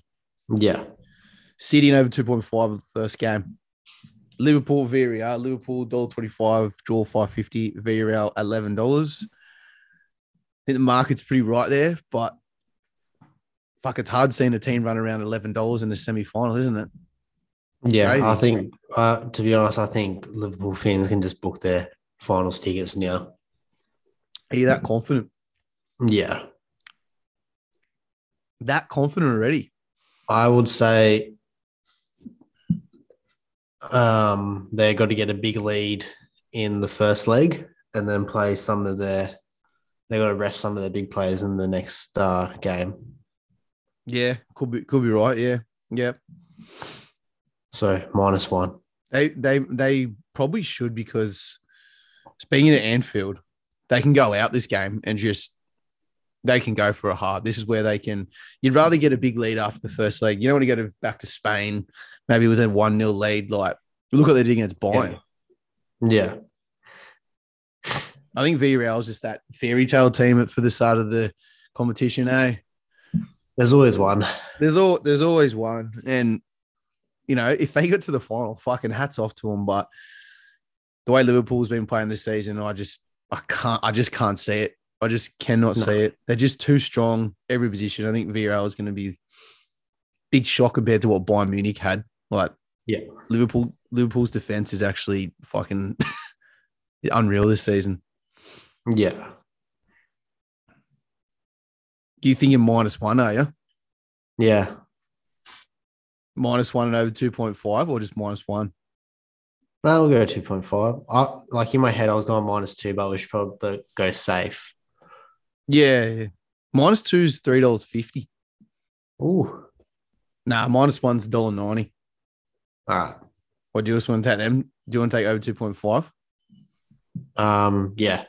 B: Yeah.
A: City in over two point five the first game. Liverpool Villarreal. Liverpool dollar twenty five. Draw five fifty. Villarreal eleven dollars. I think the market's pretty right there, but fuck, it's hard seeing a team run around eleven dollars in the semi final, isn't it?
B: Yeah.
A: Crazy.
B: I think, uh, to be honest, I think Liverpool fans can just book their finals tickets now.
A: Are you that confident?
B: Yeah.
A: That confident already?
B: I would say um, they got to get a big lead in the first leg and then play some of their, they got to rest some of their big players in the next uh, game.
A: Yeah, could be could be right. Yeah, yeah.
B: So minus one.
A: They they they probably should because speaking at Anfield, they can go out this game and just they can go for a hard. This is where they can. You'd rather get a big lead after the first leg. You don't want to go to, back to Spain, maybe with a one 0 lead. Like look what they did against Bayern.
B: Yeah.
A: I think Villarreal is just that fairy tale team at- for the side of the competition. Eh?
B: There's always one.
A: There's all there's always one, and you know if they get to the final, fucking hats off to them. But the way Liverpool's been playing this season, I just I can't I just can't see it. I just cannot
B: No.
A: see it. They're just too strong every position. I think VRL is going to be big shock compared to what Bayern Munich had. Like
B: Yeah.
A: Liverpool Liverpool's defense is actually fucking unreal this season.
B: Yeah.
A: You think you're minus one, are you?
B: Yeah.
A: Minus one and over 2.5 or just minus one?
B: No, we'll go two point five. I like in my head I was going minus two, but we should probably go safe.
A: Yeah. yeah. Minus two is $3.50.
B: Ooh.
A: Nah, minus one's $1.90.
B: All
A: Or do you just want to take them? Do you want to take over 2.5?
B: right. Um, yeah.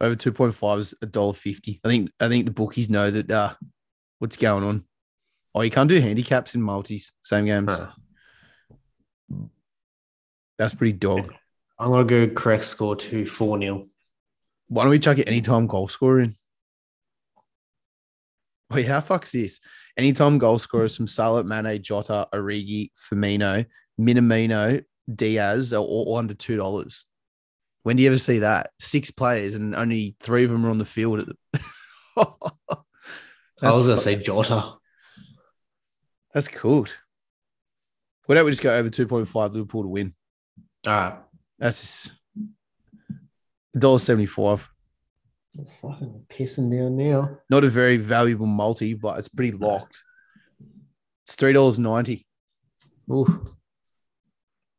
A: Over 2.5 is $1.50. I think I think the bookies know that uh what's going on. Oh, you can't do handicaps in multis, same games.
B: Huh.
A: That's pretty dog.
B: I'm gonna go correct score to four nil.
A: Why don't we chuck it anytime goal scorer in? Wait, how fuck's this? Anytime goal scorers from Salah, Mane, Jota, Origi, Firmino, Minamino, Diaz are all under two dollars. When do you ever see that? Six players and only three of them are on the field. At the...
B: I was gonna say Jota.
A: That's cool. Why don't we just go over 2.5 Liverpool to win?
B: All right.
A: That's just $1.75.
B: It's fucking pissing down now.
A: Not a very valuable multi, but it's pretty locked. It's $3.90.
B: Ooh.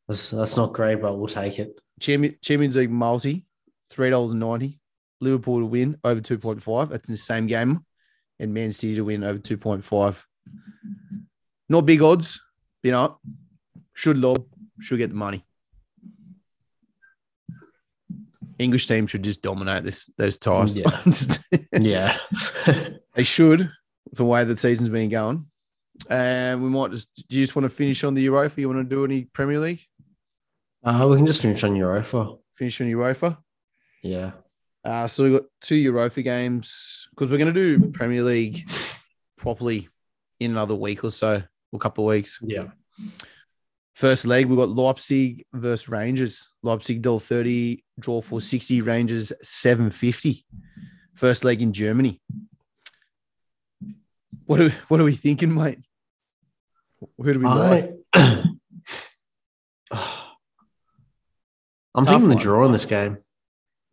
B: That's that's not great, but we'll take it.
A: Champion- Champions League multi, $3.90. Liverpool to win over 2.5. That's in the same game. And Man City to win over 2.5. Not big odds, you know. Should lob, should get the money. English team should just dominate this those ties.
B: Yeah. Yeah.
A: they should, the way the season's been going. And we might just do you just want to finish on the UEFA? You want to do any Premier League?
B: uh, we can just finish on Europa.
A: Finish on UEFA?
B: Yeah.
A: Uh, so we've got two Europa games because we're going to do Premier League properly in another week or so, or couple of weeks.
B: Yeah.
A: First leg, we've got Leipzig versus Rangers. Leipzig doll 30, draw 460, Rangers 750. First leg in Germany. What are, what are we thinking, mate? Who do we like?
B: I, I'm thinking the
A: one.
B: draw in this game.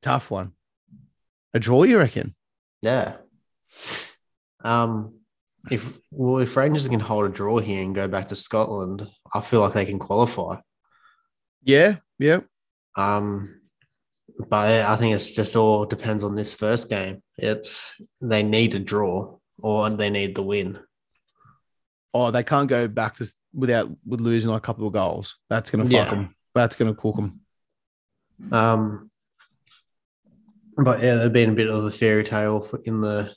A: Tough one. A draw, you reckon?
B: Yeah. Um, if well, if Rangers can hold a draw here and go back to Scotland, I feel like they can qualify.
A: Yeah, yeah.
B: Um, but yeah, I think it's just all depends on this first game. It's they need a draw or they need the win.
A: Oh, they can't go back to without with losing like a couple of goals. That's gonna fuck
B: Yeah.
A: them. That's gonna cook them.
B: Um, but yeah, they've been a bit of the fairy tale for- in the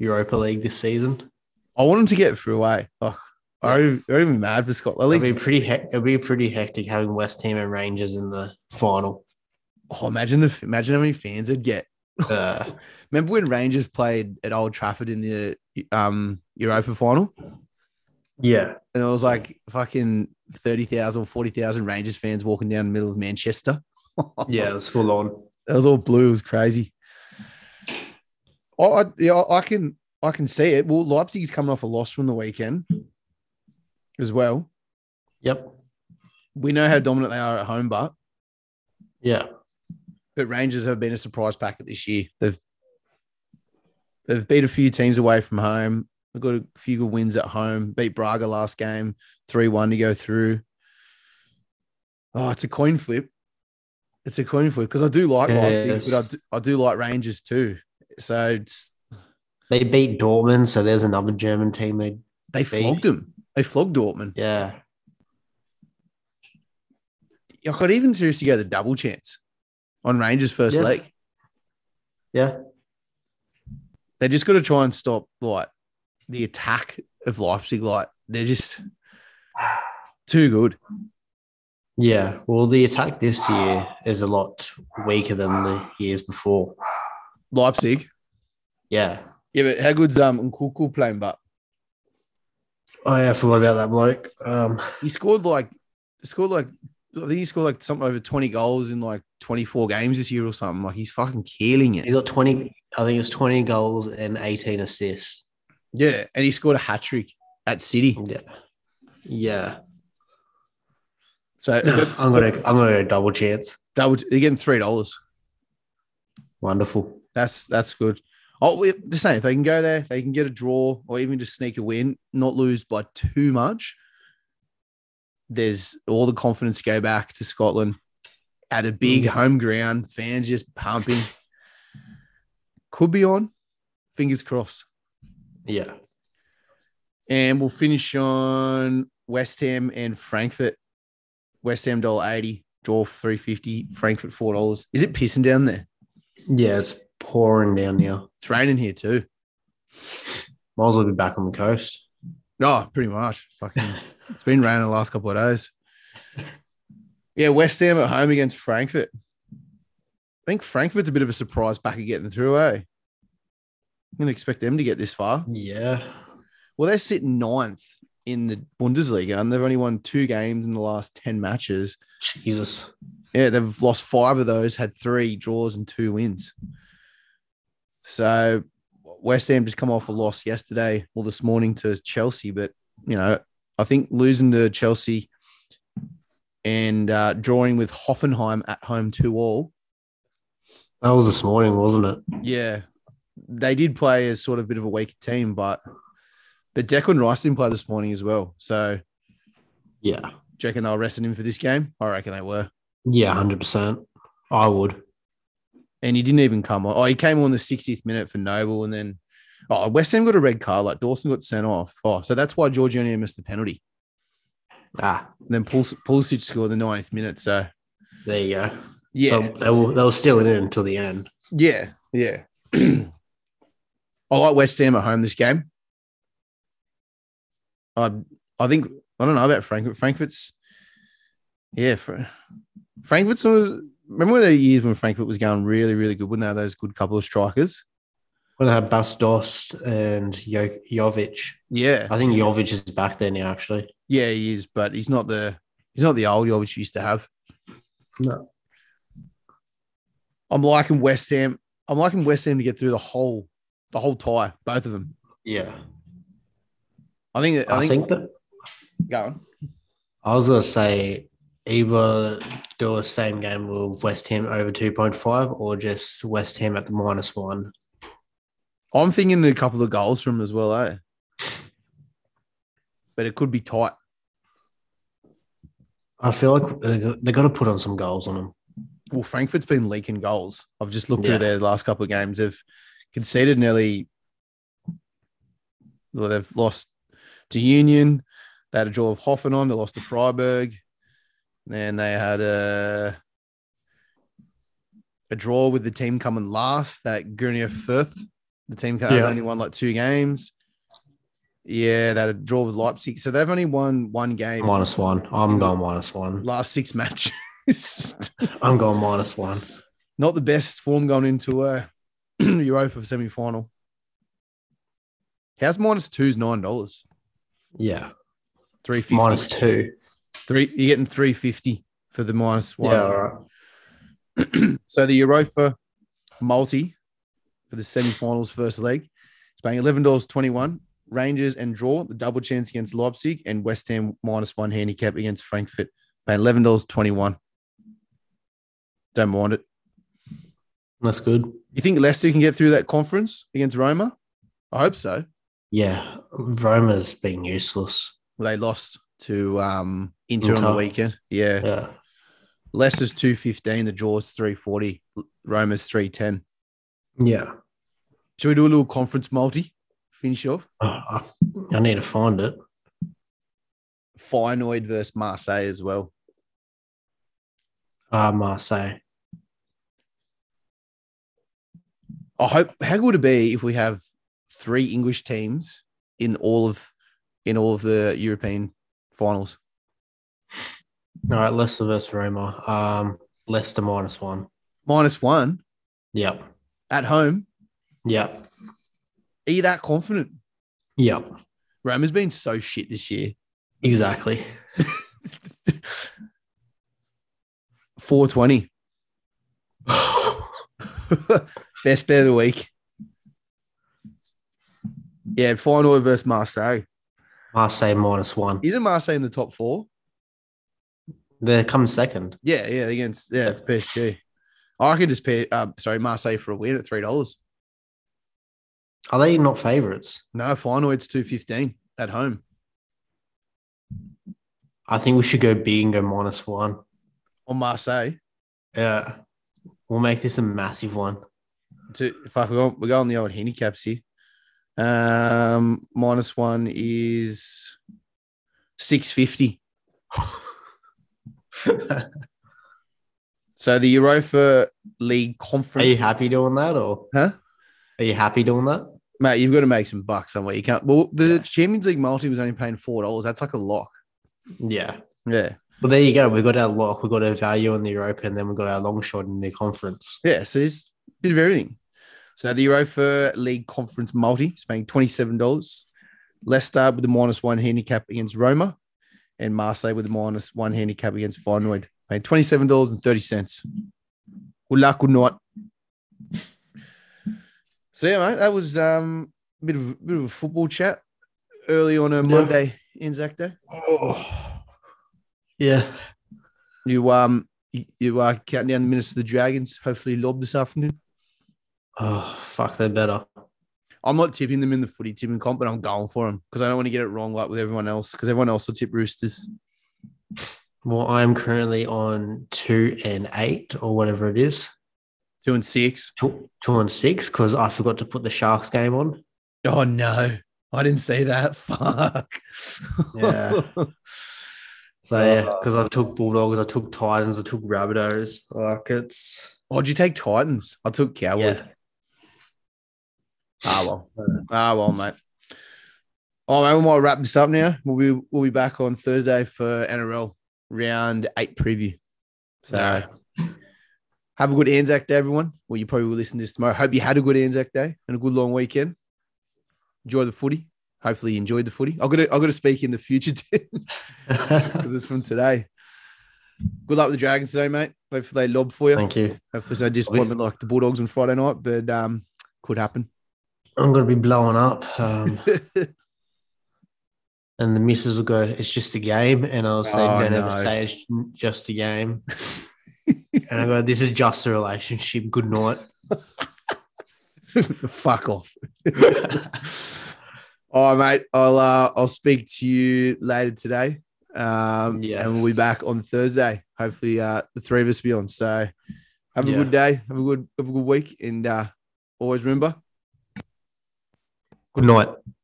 B: Europa League this season.
A: I want them to get through. Eh? Oh, I already, I already mad for Scotland. At least
B: it'd be pretty. Hec- it'd be pretty hectic having West Ham and Rangers in the final.
A: Oh, imagine the imagine how many fans they'd get.
B: Uh,
A: Remember when Rangers played at Old Trafford in the um Europa final,
B: yeah,
A: and it was like fucking thirty thousand or forty thousand Rangers fans walking down the middle of Manchester.
B: yeah, it was full on.
A: that was all blue. It was crazy. Oh, I, yeah, I can I can see it. Well, Leipzig's coming off a loss from the weekend as well.
B: Yep.
A: We know how dominant they are at home, but
B: Yeah.
A: but Rangers have been a surprise packet this year. They've they've beat a few teams away from home. They've got a few good wins at home. Beat Braga last game, three one to go through. Oh, it's a coin flip. It's a coin flip because I do like Leipzig,
B: Yes.
A: but I do, I do like Rangers too. So it's,
B: They beat Dortmund, so there's another German team. They
A: they
B: They-
A: flogged them. They flogged Dortmund.
B: yeah,
A: I could even seriously go the double chance on Rangers first
B: Yeah.
A: leg.
B: yeah,
A: they just got to try and stop like the attack of Leipzig. Like they're just too good.
B: yeah. Well, the attack this year is a lot weaker than the years before.
A: Leipzig.
B: Yeah.
A: Yeah, but how good's um Nkuku playing? But
B: Oh yeah, I forgot about that bloke. Um,
A: he scored like scored like I think he scored like something over twenty goals in like twenty four games this year or something. Like he's fucking killing
B: he
A: it.
B: got twenty. I think it was twenty goals and eighteen assists.
A: Yeah, and he scored a hat trick at City.
B: Yeah, yeah.
A: So
B: I'm gonna I'm gonna go double chance.
A: double, they're getting three dollars.
B: Wonderful.
A: That's that's good. Oh, we- the same. If they can go there, they can get a draw or even just sneak a win, not lose by too much. There's all the confidence go back to Scotland at a big
B: Mm.
A: home ground, fans just pumping. Could be on. Fingers crossed.
B: Yeah.
A: And we'll finish on West Ham and Frankfurt. West Ham dollar eighty, draw three fifty, Frankfurt four dollars. Is it pissing down there?
B: Yeah, it's pouring down here.
A: It's raining here too.
B: Might as well be back on the coast.
A: No, pretty much. Fucking, it's been raining the last couple of days. Yeah, West Ham at home against Frankfurt. I think Frankfurt's a bit of a surprise back at getting through, eh? I didn't expect them to get this far.
B: Yeah.
A: Well, they're sitting ninth in the Bundesliga, and they've only won two games in the last ten matches.
B: Jesus.
A: Yeah, they've lost five of those, had three draws and two wins. So West Ham just come off a loss yesterday or this morning to Chelsea, but you know I think losing to Chelsea and uh, drawing with Hoffenheim at home two all.
B: That was this morning, wasn't it?
A: Yeah, they did play as sort of a bit of a weaker team, but but Declan Rice didn't play this morning as well. So do
B: Yeah.
A: you reckon they were resting him for this game? I reckon they were.
B: Yeah, hundred percent. I would.
A: and he didn't even come on. Oh, he came on the 60th minute for Noble, and then oh, West Ham got a red card. Like Dawson got sent off. Oh, so that's why Georgiano missed the penalty.
B: Ah,
A: And then Pul- Pulisic scored the 90th minute. So
B: there you go.
A: yeah,
B: So they will they will still in it until the end.
A: yeah, yeah. I like West Ham at home this game. I I think I don't know about Frankfurt. Frankfurt's yeah, Fra- Frankfurt's. Remember the years when Frankfurt was going really, really good when they had those good couple of strikers.
B: When they had Bastos and jo- Jovic.
A: Yeah,
B: I think Jovic is back there now, actually.
A: Yeah, he is, but he's not the he's not the old Jovic used to have.
B: No.
A: I'm liking West Ham. I'm liking West Ham to get through the whole the whole tie, both of them.
B: Yeah.
A: I think. I,
B: I
A: think,
B: think that
A: Go on.
B: I was gonna say either do a same game with West Ham over two point five or just West Ham at the minus one.
A: I'm thinking a couple of goals from him as well, eh? But it could be tight.
B: I feel like they got- they got to put on some goals on them.
A: Well, Frankfurt's been leaking goals. I've just looked
B: Yeah.
A: through their last couple of games. They've conceded nearly. Well, they've lost to Union. They had a draw of Hoffenheim. They lost to Freiburg. Then they had a a draw with the team coming last. That Gurnia Firth, the team that has
B: Yeah.
A: only won like two games. Yeah, they had a draw with Leipzig. So they've only won one game
B: Minus one. I'm going minus one.
A: last six matches.
B: I'm going minus one.
A: not the best form going into uh, Europa semi final. How's minus two is nine dollars,
B: Yeah,
A: three fifty.
B: minus two.
A: three. You're getting three fifty for the minus one.
B: Yeah, all right.
A: So the Europa multi for the semi-finals first leg is paying eleven dollars twenty-one. Rangers and draw the double chance against Leipzig and West Ham minus one handicap against Frankfurt paying eleven dollars twenty-one. Don't mind it.
B: That's good.
A: You think Leicester can get through that conference against Roma? I hope so.
B: Yeah, Roma's being useless.
A: Well, they lost to um, Inter, on the
B: Inter.
A: weekend. Yeah.
B: Yeah,
A: Leicester's 215, the draw's 340, Roma's 310.
B: yeah.
A: Should we do a little conference multi? Finish off.
B: I, I need to find it.
A: Feyenoord versus Marseille as well.
B: Ah, Marseille.
A: I hope how good would it be if we have three English teams in all of in all of the European finals?
B: All right, Leicester versus Roma. Um, Leicester minus one.
A: Minus one
B: Yep,
A: at home.
B: yep,
A: Are you that confident?
B: yep.
A: Roma's been so shit this year.
B: Exactly.
A: 420. Best bet of the week. Yeah, Feyenoord versus Marseille.
B: Marseille minus one.
A: Isn't Marseille in the top four?
B: They come second.
A: Yeah, yeah, against yeah, it's PSG. I can just pay. Um, sorry, Marseille for a win at three dollars.
B: Are they not favourites?
A: No, Finoids two fifteen at home.
B: I think we should go big and go minus one.
A: on Marseille.
B: Yeah. We'll make this a massive one.
A: To, fuck, we're going, we're going the old handicaps here. Um, minus one is six fifty. So the Europa League
B: Are
A: conference.
B: you happy doing that or
A: Huh?
B: Are you happy doing that?
A: Mate, you've got to make some bucks somewhere. You can't. Well, the
B: Yeah.
A: Champions League multi was only paying four dollars. That's like a lock.
B: Yeah.
A: Yeah,
B: Well, there you go. We've got our lock, we've got our value in the Europa, and then we've got our long shot in the conference.
A: yeah. So it's a bit of everything. So the Europa League conference multi is paying twenty seven dollars. Leicester with the minus one handicap against Roma, and Marseille with the minus one handicap against Feyenoord, paying twenty seven dollars and thirty cents. Good luck, good night. So yeah, mate, that was um, a bit of bit of a football chat early on a Monday Anzac Day.
B: Oh. Yeah.
A: You um you, you are counting down the minutes of the Dragons. Hopefully, lob this afternoon.
B: Oh, fuck, they're better.
A: I'm not tipping them in the footy tipping comp, but I'm going for them because I don't want to get it wrong like with everyone else because everyone else will tip Roosters.
B: Well, I'm currently on two and eight or whatever it is.
A: Two and six.
B: Two, two and six, because I forgot to put the Sharks game on.
A: Oh no, I didn't say that. Fuck.
B: Yeah. So yeah, because I took Bulldogs, I took Titans, I took Rabbitohs. Like it's
A: Why'd Oh, you take Titans? I took Cowboys.
B: yeah.
A: Ah well. Ah well, mate. Oh man, we might wrap this up now. We'll be we'll be back on Thursday for NRL round eight preview. So
B: Yeah.
A: have a good Anzac Day, everyone. Well, you probably will listen to this tomorrow. Hope you had a good Anzac Day and a good long weekend. Enjoy the footy. Hopefully you enjoyed the footy. I've got to I've got to speak in the future because it's from today. Good luck with the Dragons today, mate. Hopefully they lob for you.
B: Thank you.
A: Hopefully it's no disappointment like the Bulldogs on Friday night, but um could happen.
B: I'm gonna be blowing up. Um, and the missus will go, it's just a game. And I'll say,
A: Oh,
B: don't
A: no.
B: ever say it's just a game. and I go, this is just a relationship. Good night.
A: Fuck off. All right, mate. I'll uh, I'll speak to you later today. Um,
B: Yeah.
A: and we'll be back on Thursday. Hopefully, uh, the three of us be on. So, have a
B: Yeah.
A: good day. Have a good have a good week, and uh, always remember.
B: Good night.